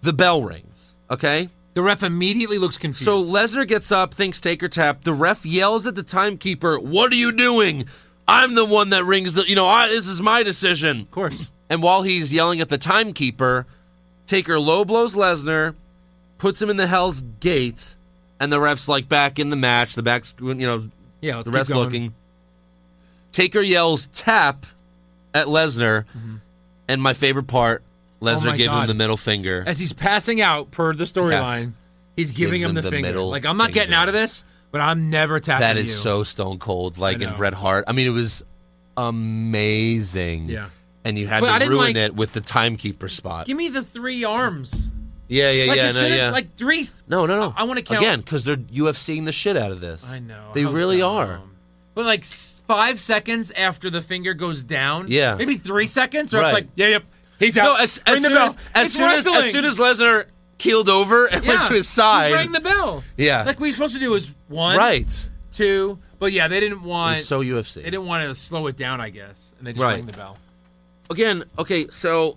Speaker 4: The bell rings. Okay.
Speaker 5: The ref immediately looks confused.
Speaker 4: So Lesnar gets up, thinks Taker tapped. The ref yells at the timekeeper, "What are you doing? I'm the one that rings the. You know, I, this is my decision."
Speaker 5: of course,
Speaker 4: And while he's yelling at the timekeeper, Taker low blows Lesnar, puts him in the Hell's Gate, and the ref's like back in the match. The back's you know
Speaker 5: yeah. Let's
Speaker 4: the
Speaker 5: keep
Speaker 4: ref's
Speaker 5: going.
Speaker 4: looking. Taker yells tap at Lesnar, and my favorite part, Lesnar
Speaker 5: Mm-hmm. Oh my
Speaker 4: gives him
Speaker 5: God.
Speaker 4: the middle finger.
Speaker 5: as he's passing out per the storyline.
Speaker 4: Yes.
Speaker 5: He's giving
Speaker 4: Gives
Speaker 5: him
Speaker 4: him
Speaker 5: the,
Speaker 4: the
Speaker 5: finger.
Speaker 4: middle
Speaker 5: Like I'm not getting
Speaker 4: finger.
Speaker 5: out of this, but I'm never tapping
Speaker 4: That is
Speaker 5: you.
Speaker 4: so Stone Cold, like in
Speaker 5: know.
Speaker 4: Bret Hart. I mean, it was amazing.
Speaker 5: Yeah.
Speaker 4: And you had
Speaker 5: But I
Speaker 4: to
Speaker 5: didn't
Speaker 4: ruin
Speaker 5: like-
Speaker 4: it with the timekeeper spot.
Speaker 5: Give me the three arms.
Speaker 4: yeah, yeah,
Speaker 5: Like
Speaker 4: yeah,
Speaker 5: as
Speaker 4: no,
Speaker 5: soon as
Speaker 4: yeah.
Speaker 5: like three.
Speaker 4: no, no, no.
Speaker 5: I- I wanna count-
Speaker 4: again because they're UFCing the shit out of this.
Speaker 5: I know
Speaker 4: they
Speaker 5: how
Speaker 4: really
Speaker 5: dumb.
Speaker 4: are.
Speaker 5: But like s- five seconds after the finger goes down,
Speaker 4: Yeah.
Speaker 5: maybe three seconds, or
Speaker 4: Right.
Speaker 5: it's like, yeah, yep, he's out.
Speaker 4: No, as, as
Speaker 5: Ring the
Speaker 4: soon
Speaker 5: bell.
Speaker 4: as as
Speaker 5: It's
Speaker 4: soon as, as
Speaker 5: wrestling.
Speaker 4: soon as Lesnar keeled over and
Speaker 5: yeah.
Speaker 4: went to his
Speaker 5: he
Speaker 4: side,
Speaker 5: rang the bell.
Speaker 4: Yeah.
Speaker 5: like what you're supposed to do is one,
Speaker 4: right?
Speaker 5: two. But yeah, they didn't
Speaker 4: It
Speaker 5: want
Speaker 4: was so UFC.
Speaker 5: they didn't want to slow it down, I guess, and they just
Speaker 4: Right.
Speaker 5: rang the bell.
Speaker 4: again, okay, so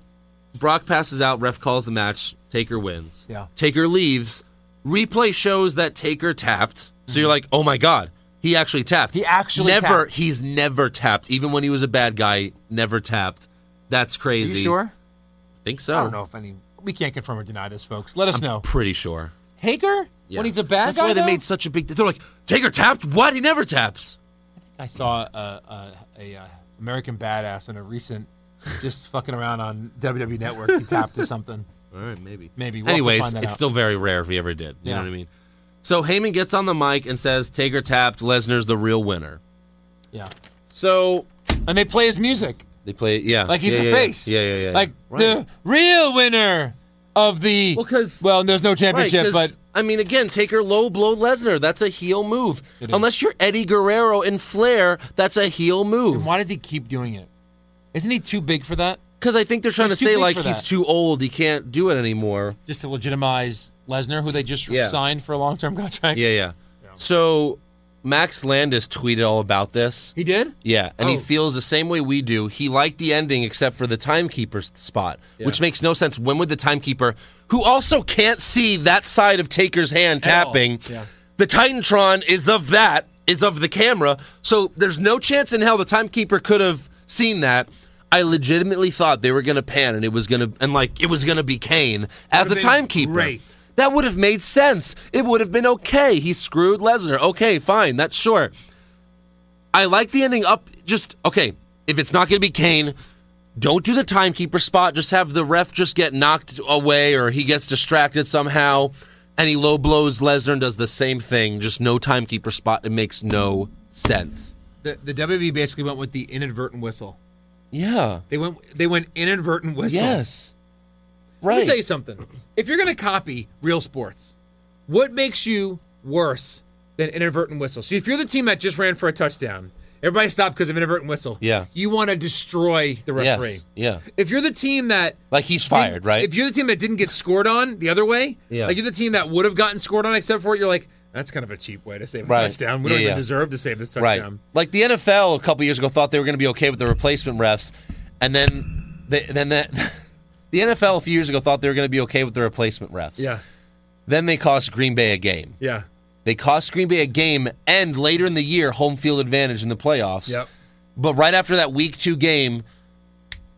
Speaker 4: Brock passes out, ref calls the match, Taker wins.
Speaker 5: Yeah.
Speaker 4: Taker leaves. Replay shows that Taker tapped. So you're like, oh my God, he actually tapped. He
Speaker 5: Mm-hmm. actually
Speaker 4: never
Speaker 5: tapped.
Speaker 4: he's never tapped. Even when he was a bad guy, never tapped. That's crazy. think so.
Speaker 5: I don't know if any. We can't confirm or deny this, folks. Let us know.
Speaker 4: Pretty sure.
Speaker 5: Taker?
Speaker 4: Yeah.
Speaker 5: When he's a bad
Speaker 4: That's
Speaker 5: guy,
Speaker 4: why they
Speaker 5: though?
Speaker 4: made such a big They're like, Taker tapped? What? He never taps.
Speaker 5: I saw a, a, a, uh American badass in a recent, just [laughs] fucking around on WWE Network. He tapped to something.
Speaker 4: All right, maybe.
Speaker 5: Maybe. We'll have to
Speaker 4: Anyways,
Speaker 5: find that
Speaker 4: it's
Speaker 5: out.
Speaker 4: still very rare if he ever did. You know
Speaker 5: Yeah.
Speaker 4: what I mean? So Heyman gets on the mic and says, Taker tapped, Lesnar's the real winner.
Speaker 5: yeah.
Speaker 4: So
Speaker 5: And they play his music
Speaker 4: They play, yeah,
Speaker 5: like he's
Speaker 4: yeah,
Speaker 5: a
Speaker 4: yeah,
Speaker 5: face.
Speaker 4: Yeah, yeah, yeah. yeah.
Speaker 5: Like
Speaker 4: Right.
Speaker 5: the real winner of the
Speaker 4: Well, 'cause-
Speaker 5: well, there's no
Speaker 4: Right,
Speaker 5: championship,
Speaker 4: 'cause,
Speaker 5: but
Speaker 4: I mean, again, Taker low blow Lesnar. That's a heel move. Unless you're Eddie Guerrero and Flair, that's a heel move.
Speaker 5: why does he keep doing it? Isn't he too big for that?
Speaker 4: because I think they're trying
Speaker 5: He's
Speaker 4: to
Speaker 5: too
Speaker 4: say
Speaker 5: big
Speaker 4: like
Speaker 5: for
Speaker 4: he's
Speaker 5: that.
Speaker 4: too old, he can't do it anymore.
Speaker 5: just to legitimize Lesnar, who they just
Speaker 4: Yeah.
Speaker 5: signed for a long-term contract.
Speaker 4: Yeah, yeah. So Max Landis tweeted all about this.
Speaker 5: He did.
Speaker 4: Yeah, and he
Speaker 5: Oh.
Speaker 4: feels the same way we do. He liked the ending except for the timekeeper s- spot, which makes no sense. When would the timekeeper, who also can't see that side of Taker's hand
Speaker 5: At all.
Speaker 4: tapping,
Speaker 5: Yeah.
Speaker 4: the Titantron is of that, is of the camera, so there's no chance in hell the timekeeper could have seen that. I legitimately thought they were going to pan and it was going to, and like, it was going to be Kane as the
Speaker 7: been
Speaker 4: timekeeper.
Speaker 7: great.
Speaker 4: That would have made sense. It would have been okay. He screwed Lesnar. Okay, fine. That's short. I like the ending up. Just okay. If it's not going to be Kane, don't do the timekeeper spot. Just have the ref just get knocked away, or he gets distracted somehow, and he low blows Lesnar and does the same thing. Just no timekeeper spot. It makes no sense.
Speaker 5: The, the WWE basically went with the inadvertent whistle.
Speaker 4: Yeah.
Speaker 5: They went. They went inadvertent whistle.
Speaker 4: Yes.
Speaker 5: Let me tell you
Speaker 4: Right.
Speaker 5: something. If you're going to copy real sports, what makes you worse than inadvertent whistle? So if you're the team that just ran for a touchdown, everybody stopped because of inadvertent whistle.
Speaker 4: Yeah.
Speaker 5: You want to destroy the referee.
Speaker 4: Yes. Yeah.
Speaker 5: If you're the team that
Speaker 4: Like he's fired,
Speaker 5: didn't-
Speaker 4: right?
Speaker 5: If you're the team that didn't get scored on the other way,
Speaker 4: Yeah.
Speaker 5: like you're the team that would have gotten scored on except for it, you're like, that's kind of a cheap way to save a
Speaker 4: Right.
Speaker 5: touchdown. We
Speaker 4: Yeah,
Speaker 5: don't even
Speaker 4: yeah.
Speaker 5: deserve to save this
Speaker 4: Right.
Speaker 5: touchdown.
Speaker 4: Like the NFL a couple years ago thought they were going to be okay with the replacement refs, and then they, then that [laughs] the NFL a few years ago thought they were going to be okay with the replacement refs.
Speaker 5: Yeah.
Speaker 4: Then they cost Green Bay a game.
Speaker 5: Yeah.
Speaker 4: They cost Green Bay a game, and later in the year, home field advantage in the playoffs.
Speaker 5: Yep.
Speaker 4: But right after that Week Two game,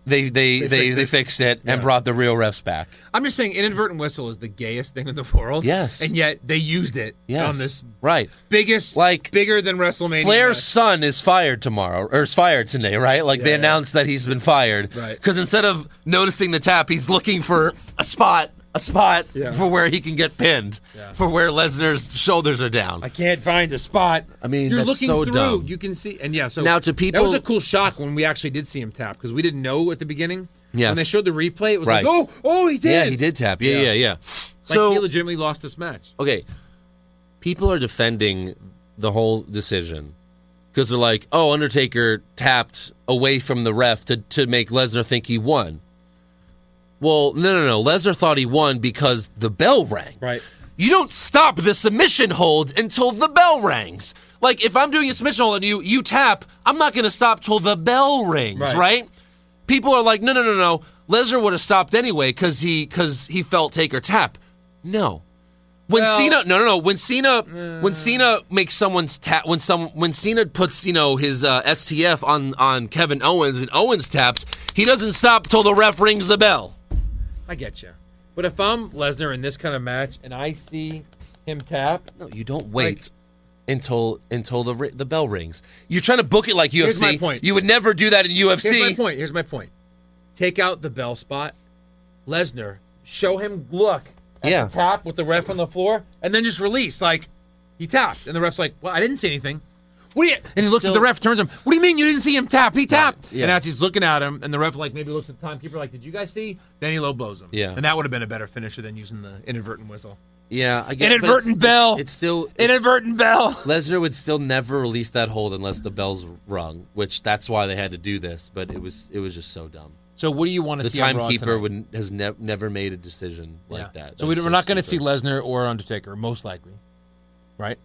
Speaker 4: they they they, they
Speaker 5: fixed
Speaker 4: fixed it,
Speaker 5: it.
Speaker 4: and brought the real refs back.
Speaker 5: I'm just saying inadvertent whistle is the gayest thing in the world.
Speaker 4: Yes.
Speaker 5: And yet they used it
Speaker 4: Yes.
Speaker 5: on this
Speaker 4: right.
Speaker 5: biggest,
Speaker 4: Like,
Speaker 5: bigger than WrestleMania.
Speaker 4: Flair's
Speaker 5: match.
Speaker 4: son is fired tomorrow, or is fired today, right? Like they
Speaker 5: Yeah.
Speaker 4: announced that he's been fired.
Speaker 5: Right.
Speaker 4: Because instead of noticing the tap, he's looking for a spot, a spot
Speaker 5: Yeah.
Speaker 4: for where he can get pinned, for where Lesnar's shoulders are down.
Speaker 5: I can't find a spot.
Speaker 4: I mean,
Speaker 5: you're
Speaker 4: that's
Speaker 5: looking
Speaker 4: so
Speaker 5: through.
Speaker 4: dumb.
Speaker 5: You can see, and yeah. So
Speaker 4: Now, to
Speaker 5: that was
Speaker 4: people-
Speaker 5: a cool shock when we actually did see him tap because we didn't know at the beginning.
Speaker 4: Yes.
Speaker 5: When they showed the replay, it was
Speaker 4: Right.
Speaker 5: like, oh, oh, he did.
Speaker 4: yeah, he did tap. Yeah, yeah,
Speaker 5: Yeah.
Speaker 4: yeah.
Speaker 5: Like
Speaker 4: So
Speaker 5: he legitimately lost this match.
Speaker 4: okay, people are defending the whole decision because they're like, "Oh, Undertaker tapped away from the ref to to make Lesnar think he won." Well, no, no, no. Lesnar thought he won because the bell rang.
Speaker 5: Right.
Speaker 4: You don't stop the submission hold until the bell rings. Like if I'm doing a submission hold and you you tap, I'm not going to stop till the bell rings,
Speaker 5: Right.
Speaker 4: right? People are like, "No, no, no, no. Lesnar would have stopped anyway cuz he cuz he felt Taker tap." No. When
Speaker 5: Well- uh.
Speaker 4: Cena no, no, no. When Cena when Cena makes someone's tap when some when Cena puts, you know, his uh, STF on on Kevin Owens and Owens taps, he doesn't stop till the ref rings the bell.
Speaker 5: I get you. But if I'm Lesnar in this kind of match and I see him tap,
Speaker 4: No, you don't wait until until the ri- the bell rings. You're trying to book it like UFC.
Speaker 5: Here's my point.
Speaker 4: You would never do that in UFC.
Speaker 5: here's my point. Here's my point. Take out the bell spot, Lesnar. Show him look. At
Speaker 4: Yeah.
Speaker 5: The tap with the ref on the floor, and then just release. Like he tapped, and the ref's like, "Well, I didn't see anything." What do you? And he looks at the
Speaker 4: Still-
Speaker 5: ref, turns him. What do you mean you didn't see him tap? He tapped.
Speaker 4: yeah.
Speaker 5: And as he's looking at him, and the ref like maybe looks at the timekeeper, like, "Did you guys see?" Then he low blows him.
Speaker 4: Yeah.
Speaker 5: And that would have been a better finisher than using the inadvertent whistle.
Speaker 4: Yeah, I get
Speaker 5: Inadvertent bell.
Speaker 4: It's, still
Speaker 5: Inadvertent bell.
Speaker 4: Lesnar would still never release that hold unless the bells rung, which that's why they had to do this. But it was it was just so dumb.
Speaker 5: So what do you want to
Speaker 4: The
Speaker 5: see? on Raw
Speaker 4: timekeeper
Speaker 5: tonight?
Speaker 4: would has nev- never made a decision like
Speaker 5: Yeah.
Speaker 4: that.
Speaker 5: So we,
Speaker 4: That's
Speaker 5: we're not going to see
Speaker 4: stupid.
Speaker 5: Lesnar or Undertaker, most likely, right?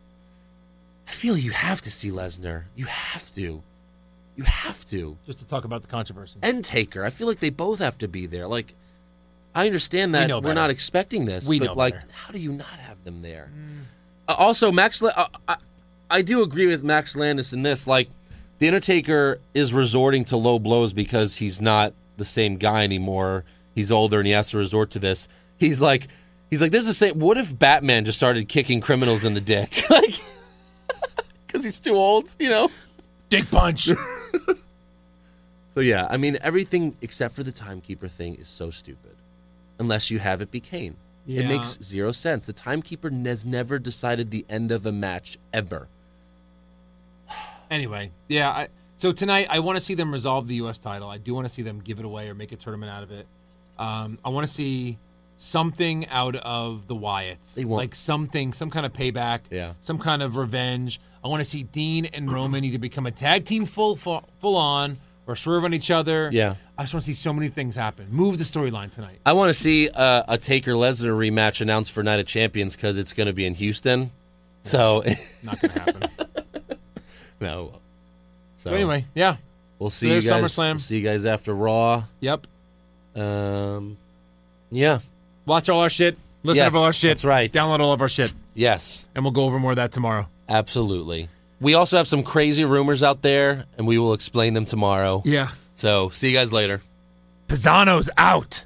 Speaker 4: I feel you have to see Lesnar. You have to. You have to.
Speaker 5: Just to talk about the controversy.
Speaker 4: and Taker. I feel like they both have to be there. Like, I understand that
Speaker 5: know
Speaker 4: we are
Speaker 5: better.
Speaker 4: not expecting this,
Speaker 5: We
Speaker 4: but
Speaker 5: know
Speaker 4: like,
Speaker 5: better. Mm.
Speaker 4: how do you not have them there? Uh, also, Max, La- uh, I, I do agree with Max Landis in this. Like, the Undertaker is resorting to low blows because he's not the same guy anymore. He's older and he has to resort to this. He's like, he's like, this is the same. What if Batman just started kicking criminals in the dick, [laughs] like, because he's too old, you know? [laughs]
Speaker 5: Dick punch.
Speaker 4: So yeah, I mean everything except for the timekeeper thing is so stupid. Unless you have it be Kane.
Speaker 5: Yeah.
Speaker 4: It makes zero sense. The timekeeper has never decided the end of a match ever.
Speaker 5: anyway, yeah. I, so tonight, I want to see them resolve the U.S. title. I do want to see them give it away or make a tournament out of it. Um, I want to see something out of the Wyatts.
Speaker 4: They won't.
Speaker 5: Like something, some kind of payback.
Speaker 4: Yeah.
Speaker 5: Some kind of revenge. I want to see Dean and Roman either become a tag team full full on, or or swerve on each other.
Speaker 4: Yeah.
Speaker 5: I just want to see so many things happen. Move the storyline tonight.
Speaker 4: I want to see uh, a Taker Lesnar rematch announced for Night of Champions because it's going to be in Houston. So [laughs]
Speaker 5: Not gonna happen.
Speaker 4: no. So,
Speaker 5: so anyway, yeah,
Speaker 4: we'll see
Speaker 5: so
Speaker 4: you
Speaker 5: there's
Speaker 4: guys.
Speaker 5: SummerSlam.
Speaker 4: we'll see you guys after Raw.
Speaker 5: yep.
Speaker 4: Um, yeah.
Speaker 5: Watch all our shit. Listen
Speaker 4: Yes,
Speaker 5: to all our shit.
Speaker 4: that's right.
Speaker 5: Download all of our shit,
Speaker 4: Yes.
Speaker 5: and we'll go over more of that tomorrow.
Speaker 4: Absolutely. We also have some crazy rumors out there, and we will explain them tomorrow.
Speaker 5: Yeah.
Speaker 4: So see you guys later.
Speaker 5: Pisano's out.